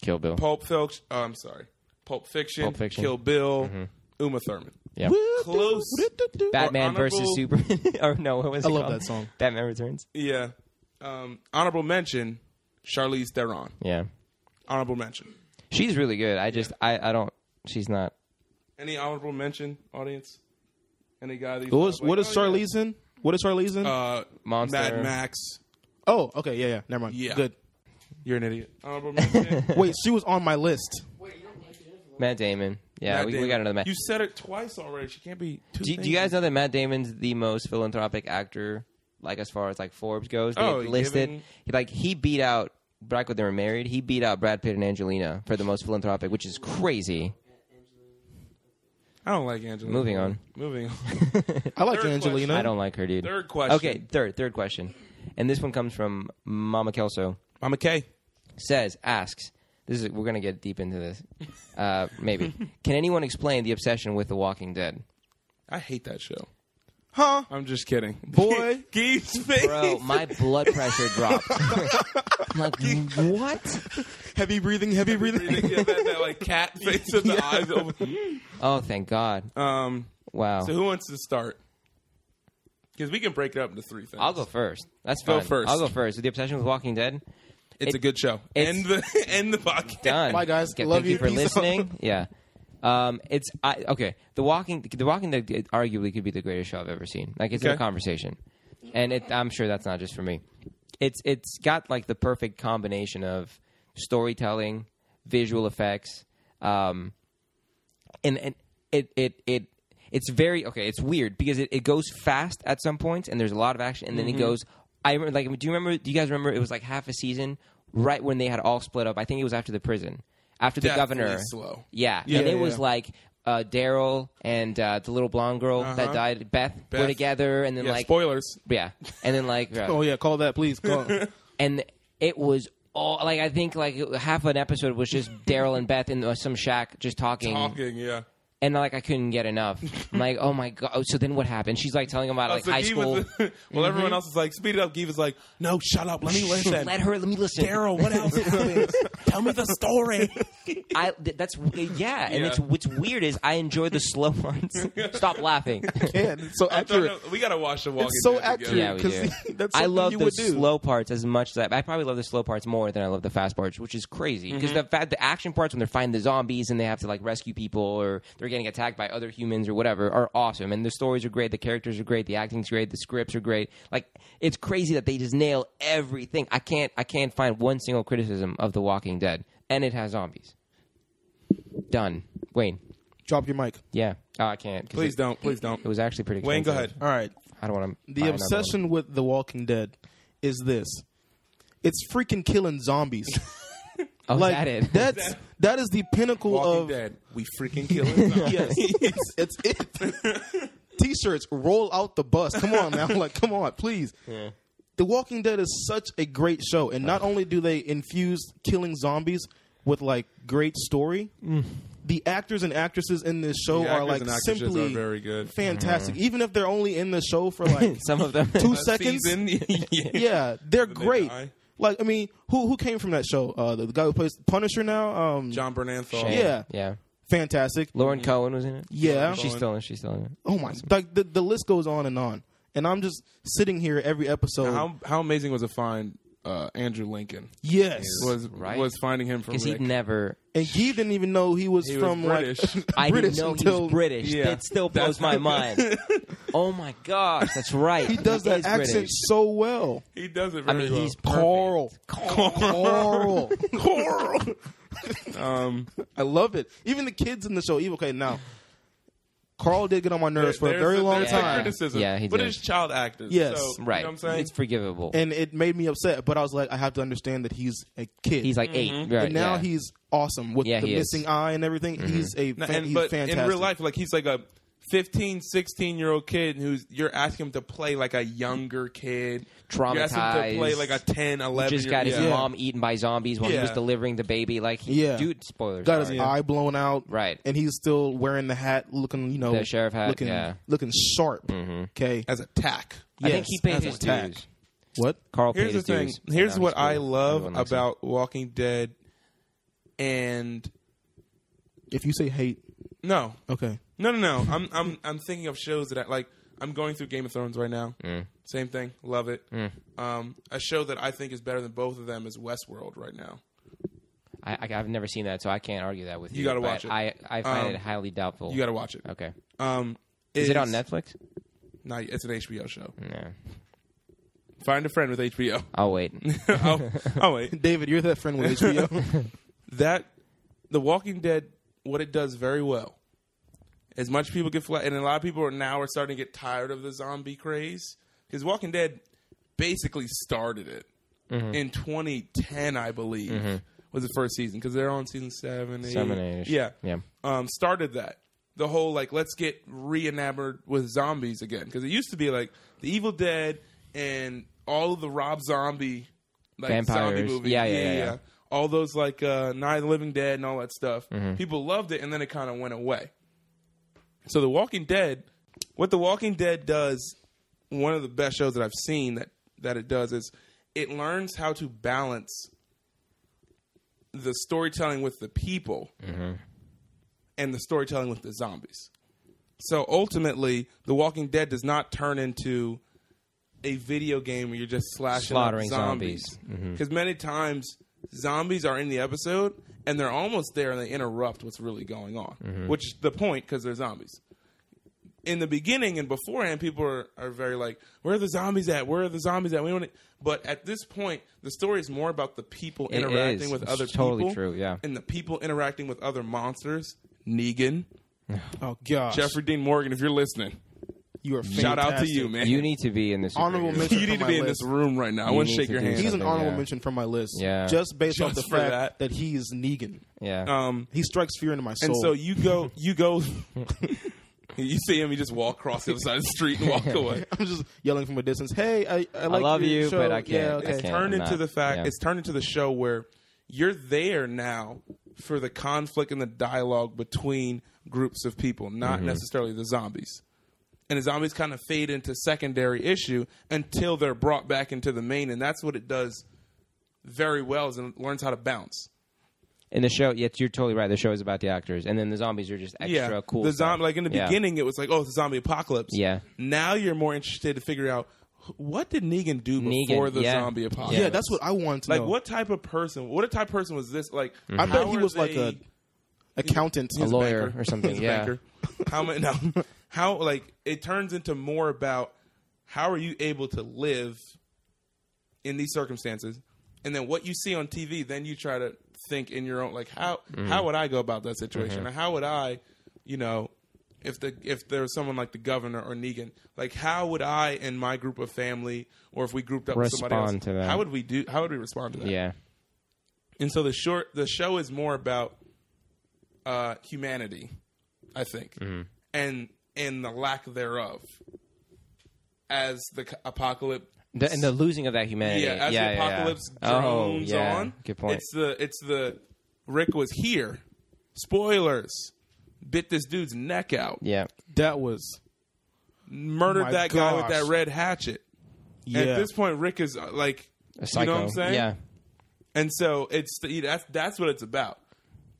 D: Kill Bill.
A: Pulp Fiction. Oh, I'm sorry, Pulp Fiction,
D: Pulp Fiction. Mm-hmm.
A: Kill Bill, Uma Thurman.
D: Yeah.
A: Close.
D: Batman versus
A: Honorable-
D: Superman. or no, what was
C: I
D: it
C: love
D: called?
C: that song.
D: Batman Returns.
A: Yeah. Um, honorable mention, Charlize Theron.
D: Yeah,
A: Honorable mention.
D: she's really good. I just I I don't. She's not.
A: Any honorable mention, audience? Any guy? That
C: What is, what is Charlize in? What is Charlize in?
A: Oh, Uh,
D: Monster.
A: Mad Max.
C: oh, okay, yeah, yeah. Never mind.
A: Yeah.
C: Good.
A: You're an idiot. Honorable mention.
C: Wait, she was on my list.
D: Matt Damon. Yeah,
A: Matt
D: we, we
A: Damon.
D: got another Matt.
A: You said it twice already. She can't be. Two
D: do, you- do
A: things.
D: you guys know that Matt Damon's the most philanthropic actor, like as far as like Forbes goes? They
A: Oh,
D: listed
A: given-
D: he, like he beat out back when they were married. He beat out Brad Pitt and Angelina for the most philanthropic, which is crazy.
A: I don't like Angelina.
D: Moving on.
A: Moving on.
C: I like
A: Third
C: Angelina.
D: I don't like her, dude.
A: Third question.
D: Okay, third third question, and this one comes from Mama Kelso.
A: Mama K.
D: says asks this is we're gonna get deep into this uh, maybe can anyone explain the obsession with the walking dead
A: I hate that show.
C: Huh?
A: I'm just kidding.
C: Boy.
A: Gee's face.
D: bro my blood pressure dropped I'm like what
C: Heavy breathing, heavy breathing.
A: Yeah, that, that like cat face with the eyes open.
D: oh thank god
A: Um,
D: wow
A: so who wants to start? Because we can break it up into three things.
D: i'll go first that's
A: Go
D: fine
A: first.
D: i'll go first with the obsession with walking dead
A: It's a good show.
D: it's-
A: End the end the podcast.
D: done.
C: Bye, guys.
D: Okay,
C: Love
D: thank you,
C: you.
D: for
C: Peace out.
D: listening. Yeah. Um, it's I, okay. The Walking The Walking Dead arguably could be the greatest show I've ever seen. Like it's in a
A: Okay.
D: conversation, and it, I'm sure that's not just for me. It's it's got like the perfect combination of storytelling, visual effects, um, and and it it it it's very okay. It's weird because it, it goes fast at some points, and there's a lot of action, and then
A: Mm-hmm.
D: it goes. I remember, like, do you remember? Do you guys remember? It was like half a season, right when they had all split up. I think it was after the prison, after the
A: Definitely
D: governor.
A: slow.
D: Yeah,
C: Yeah,
D: and it
C: yeah,
D: was
C: yeah.
D: like uh, Daryl and uh, the little blonde girl that died, Beth, were
A: Uh-huh. Beth.
D: together, and then
A: Yeah,
D: like
A: spoilers.
D: yeah, and then like uh,
C: Oh yeah, call that please. Call.
D: and it was all like I think like half an episode was just Daryl and Beth in uh, some shack just talking,
A: Talking, yeah.
D: and like I couldn't get enough. I'm like, oh my god! Oh, So then what happened? She's like telling him about
A: Uh,
D: like
A: so
D: high
A: Gee
D: school. Mm-hmm.
A: Was, well, everyone else is like, speed it up. Gee was like, no, shut up. Let me listen.
D: Let her. Let me listen.
A: Daryl, what else happened? Tell me the story.
D: I th- that's yeah, and
A: Yeah.
D: it's what's weird is I enjoy the slow ones. Stop laughing.
C: yeah, it's so
A: I don't
C: accurate.
A: know. we gotta watch the Walking
C: It's so
A: Dead together.
C: accurate.
D: Yeah, we
C: 'cause
D: do.
C: that's
D: I
C: something
D: love
C: you
D: the
C: would do.
D: slow parts as much as I, I probably love the slow parts more than I love the fast parts, which is crazy
C: Mm-hmm.
D: because the fact the action parts when they're fighting the zombies and they have to like rescue people or they're getting attacked by other humans or whatever are awesome and the stories are great, the characters are great, the acting's great, the scripts are great. Like it's crazy that they just nail everything. I can't I can't find one single criticism of The Walking Dead and it has zombies. Done. Wayne.
C: Drop your mic.
D: Yeah. Oh, I can't. 'cause
A: Please
D: it,
A: don't. Please don't.
D: It was actually pretty.
A: Wayne, go
D: expensive.
A: ahead.
C: All right.
D: I don't want to.
C: The obsession with The Walking Dead is this. It's freaking killing zombies.
D: Oh, is
C: like
D: that it?
C: that's that is the pinnacle
A: Walking
C: of
A: Dead. We freaking kill it.
C: yes, it's, it's it. T-shirts, roll out the bus. Come on now, like come on, please. The Walking Dead is such a great show, and not only do they infuse killing zombies with like great story, the actors and actresses in this show
A: Mm. The
C: are
A: actors
C: like
A: and actresses
C: simply
A: are very Mm-hmm. good.
C: fantastic. Even if they're only in the show for like
D: Some of them.
C: two
A: A
C: seconds,
A: season. Uh, yeah.
C: yeah, they're
A: they
C: great.
A: die?
C: Like I mean, who who came from that show? Uh, the, the guy who plays Punisher now, um,
A: John Bernanthal.
D: Shane.
C: Yeah.
D: Yeah.
C: fantastic.
D: Lauren
A: Mm-hmm.
D: Cohen was in it.
C: Yeah,
D: She's still in. She's still in it.
C: oh my, like the, the list goes on and on. And I'm just sitting here every episode.
A: How how amazing was to find uh, Andrew Lincoln?
C: yes,
A: Was
D: Right.
A: was finding him from
D: Because he
A: Rick.
D: never.
C: and Gee didn't even know he was
A: He was
C: from
A: British.
C: like
D: I
C: British
D: didn't know he
C: until
D: was British.
A: Yeah.
D: That still blows my mind. oh my gosh, that's right.
C: He does that
D: is
C: accent
D: British.
C: so well.
A: He does it
D: I
A: very
D: mean,
A: well.
D: he's
C: Carl, Carl,
A: Coral. um,
C: I love it. Even the kids in the show. Even okay now, Carl did get on my
A: there-
C: nerves for a
A: there's
C: very
A: a-
C: long
A: there's a
C: time.
A: criticism.
D: Yeah, he
A: but
D: did.
A: it's child actors.
C: Yes.
A: so, you know
D: right.
A: what I'm saying
D: It's forgivable.
C: and it made me upset. But I was like, I have to understand that he's a kid.
D: he's like 8
A: Mm-hmm.
D: Right.
C: and now
D: yeah.
C: he's awesome with
D: Yeah,
C: the
D: he is. Mm-hmm.
C: missing eye and everything. He's a
A: No,
C: fan,
A: and
C: he's
A: but
C: fantastic.
A: in real life, like he's like a 15, 16 year old kid who's you're asking him to play like a younger kid. You're asking him to play
D: Traumatized.
A: like a 10, 11
D: just
A: year
D: got his
A: yeah.
D: mom eaten by zombies while he
A: Yeah.
D: was delivering the baby. Like, he,
C: Yeah.
D: dude, spoilers.
C: got his
D: sorry.
C: eye blown out,
D: Right.
C: And he's still wearing the hat, looking you know
D: The sheriff hat,
C: looking
D: yeah. Mm-hmm.
C: looking sharp. Okay,
A: as a tack.
D: I think he
C: Yes,
D: paid
C: as
D: his
C: attack.
D: dues.
C: What?
D: Carl
A: Here's the
D: paid his
A: thing.
D: dues.
A: Here's
D: Now
A: what
D: he's
A: I
D: cool.
A: love
D: Everyone likes him.
A: about Walking Dead and
C: If you say hate,
A: no.
C: okay.
A: No, no, no. I'm I'm I'm thinking of shows that I, like I'm going through Game of Thrones right now. Same thing. Love it. Um, a show that I think is better than both of them is Westworld right now.
D: I, I, have never seen that, so I can't argue that with you.
A: You gotta
D: but
A: watch it.
D: I, I find
A: Um,
D: it highly doubtful.
A: You got to watch it.
D: Oh. okay.
A: Um,
D: Is it on Netflix?
A: No, it's an HBO show.
D: No.
A: Find a friend with HBO.
D: I'll wait.
A: oh, oh wait.
C: David, you're that friend with HBO.
A: that The Walking Dead, what it does very well, as much people get flat, and a lot of people are now are starting to get tired of the zombie craze because Walking Dead basically started it
D: Mm-hmm.
A: in 2010, I believe, was the first season because they're on season seven, eight.
D: Seven, eight-ish.
A: yeah,
D: Yeah.
A: um, started that. The whole like let's get re enamored with zombies again because it used to be like the Evil Dead and all of the Rob Zombie like zombie
D: Vampires.
A: movies,
D: Yeah, yeah, yeah, yeah.
A: all those like uh, Night of the Living Dead and all that stuff.
D: Mm-hmm.
A: People loved it, and then it kind of went away. So The Walking Dead, what The Walking Dead does, one of the best shows that I've seen that that it does is it learns how to balance the storytelling with the people and the storytelling with the zombies. So ultimately, The Walking Dead does not turn into a video game where you're just slashing up
D: Slaughtering
A: zombies. Because many times zombies are in the episode and they're almost there and they interrupt what's really going on, which is the point because they're zombies. In the beginning and beforehand, people are, are very like, "Where are the zombies at? Where are the zombies at?" We want to, but at this point, the story is more about the people
D: It
A: interacting
D: is.
A: with
D: It's
A: other
D: totally
A: people.
D: true, yeah.
A: and the people interacting with other monsters. Negan,
C: oh gosh,
A: Jeffrey Dean Morgan, if you're listening,
C: you are fantastic.
A: shout out to you, man.
D: You need to be in this.
C: Honorable
D: interview.
C: mention.
A: You need
C: for
A: to be
C: my
A: in
C: list.
A: this room right now. I
D: You
A: want
D: need
A: to shake
D: to
A: your
D: do
A: hand.
C: He's an
D: something,
C: honorable
D: yeah.
C: mention from my list.
D: Yeah.
C: Just based
A: Just
C: off the
A: for
C: fact
A: that.
C: that. he is Negan.
D: Yeah.
A: Um,
C: He strikes fear into my soul.
A: and so you go, you go, you see him, you just walk across the other side of the street and walk away.
C: I'm just yelling from a distance. Hey, I I, like
D: love
C: your
D: you,
C: show.
D: but I can't-
C: Yeah,
D: I
C: okay.
A: It's
D: can't.
A: turned
D: I'm
A: into
D: not-
A: the fact.
D: yeah.
A: It's turned into the show where you're there now for the conflict and the dialogue between groups of people, not
D: Mm-hmm.
A: necessarily the zombies. And the zombies kind of fade into secondary issue until they're brought back into the main, and that's what it does very well. Is it learns how to bounce.
D: In the show, yes, you're totally right. The show is about the actors, and then the zombies are just extra cool.
A: The
D: stuff.
A: zombie, like in the
D: Yeah.
A: beginning, it was like, oh, it's a zombie apocalypse.
D: Yeah.
A: Now you're more interested to figure out wh- what did Negan do
D: Negan,
A: before the
D: yeah.
A: zombie apocalypse.
C: yeah, that's what I want to
A: Like,
C: know.
A: what type of person? What type of person was this? Like,
C: I
A: how
C: bet he
A: are
C: was like
A: they-
C: a accountant.
A: he's
D: lawyer
A: banker.
D: or something,
A: He's a
D: yeah.
A: banker. How many? No, how like it turns into more about how are you able to live in these circumstances, and then what you see on TV, then you try to think in your own like how how would I go about that situation, or how would I, you know. If the if there was someone like the governor or Negan, like how would I and my group of family, or if we grouped up with somebody
D: Respond
A: else,
D: to that.
A: how would we do? How would we respond to that?
D: Yeah.
A: and so the short the show is more about uh humanity i think
D: Mm-hmm.
A: and and the lack thereof as the c- apocalypse
D: The, and the losing of that humanity.
A: yeah as
D: yeah,
A: the
D: yeah.
A: apocalypse
D: oh,
A: drones
D: yeah.
A: on
D: Good point.
A: it's the it's the rick was here spoilers bit this dude's neck out
D: yeah.
C: that was.
A: murdered
C: My
A: that guy with
C: gosh.
A: that red hatchet
C: Yeah.
A: at this point rick is uh, like
D: A
A: you know
D: psycho.
A: what i'm saying
D: Yeah.
A: And so it's the, that's that's what it's about.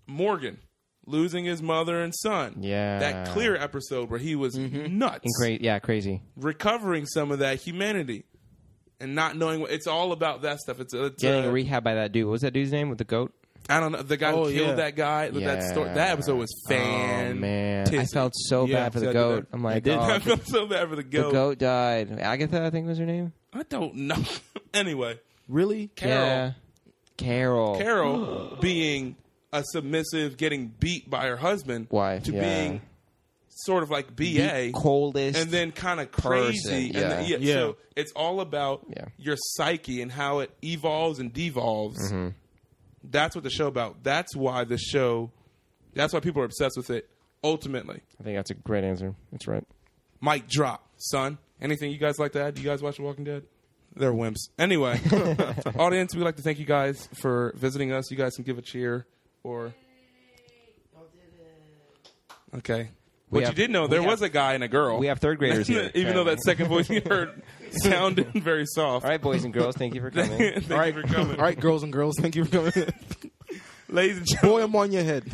A: Morgan losing his mother and son.
D: Yeah. Mm-hmm.
A: That clear episode where he was nuts.
D: Cra- yeah. Crazy.
A: Recovering some of that humanity and not knowing what it's all about that stuff. It's, it's
D: Getting
A: uh,
D: rehabbed by that dude. What was that dude's name with the goat?
A: I don't know the guy
C: Oh,
A: who killed
C: yeah.
A: that guy. That- That story, that
D: Yeah.
A: episode was fan.
D: Oh man, I felt so
A: Yeah,
D: bad for the
A: so I did
D: goat.
A: that.
D: I'm like,
C: did.
D: oh,
A: I felt so bad for the
D: the
A: goat.
D: goat died. Agatha, I think was her name.
A: I don't know. anyway,
C: Really?
A: Carol.
D: Yeah, Carol.
A: Carol being a submissive, getting beat by her husband,
D: Wife,
A: to
D: yeah.
A: being sort of like
D: The
A: BA,
D: coldest.
A: and then kind of crazy.
D: person,
A: And then-
D: yeah.
A: yeah,
C: Yeah.
A: So it's all about
D: Yeah.
A: your psyche and how it evolves and devolves.
D: Mm-hmm.
A: That's what the show about. That's why the show. That's why people are obsessed with it. Ultimately,
D: I think that's a great answer. That's right.
A: mic drop, son. Anything you guys like to add? Do you guys watch The Walking Dead? They're wimps. Anyway, audience, we'd like to thank you guys for visiting us. You guys can give a cheer or. Okay. What
D: have-
A: you did know,
D: we
A: there
D: have-
A: was a guy and a girl.
D: we have third graders here,
A: Even though that
D: apparently.
A: second voice you heard sounded very soft.
D: All right, boys and girls, thank you for coming.
A: Thank you for coming.
C: All right, girls and girls, thank you for coming.
A: Ladies and gentlemen,
C: Boy, I'm on your head.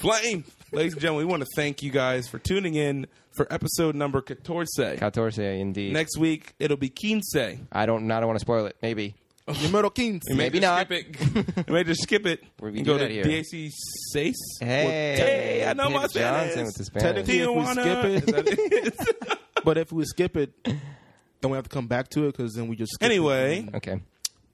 A: flame. Ladies and gentlemen, we want to thank you guys for tuning in for episode number 14.
D: Catorce, indeed.
A: Next week, it'll be Quince.
D: I don't. I don't want to spoil it. Maybe.
C: Numero quince.
A: We may
D: Maybe
A: just
D: not.
A: Skip it. we may just skip it.
D: We can
A: and
D: do
A: go
D: that
A: to
D: here.
A: DAC Sace.
D: Hey,
A: hey, I know my
D: David Johnson
A: Spanish.
D: with the Spanish.
C: Technically, if we
A: Tijuana.
C: skip it,
A: Is that it?
C: But if we skip it, then we have to come back to it because then we just skip it.
A: Anyway.
D: Okay.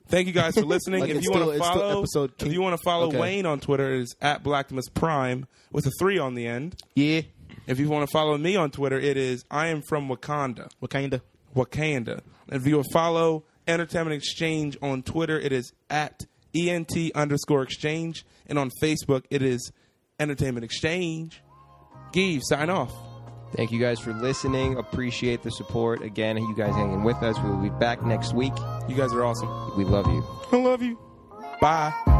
A: Thank you guys for listening.
C: Like,
A: if,
C: it's
A: you
C: still-
A: wanna
C: it's still
A: follow,
C: episode
A: if
C: two.
A: you want to follow
C: Okay.
A: Wayne on Twitter, it is at Blacktimus Prime with a three on the end.
C: yeah,
A: If you want to follow me on Twitter, it is I am from Wakanda.
C: what kinda?
A: Wakanda. If you will follow Entertainment Exchange on Twitter, it is at ENT underscore exchange. And on Facebook, it is Entertainment Exchange. Give, sign off.
D: Thank you guys for listening. Appreciate the support. Again, you guys hanging with us. We will be back next week.
A: You guys are awesome.
D: We love you.
A: I love you. Bye.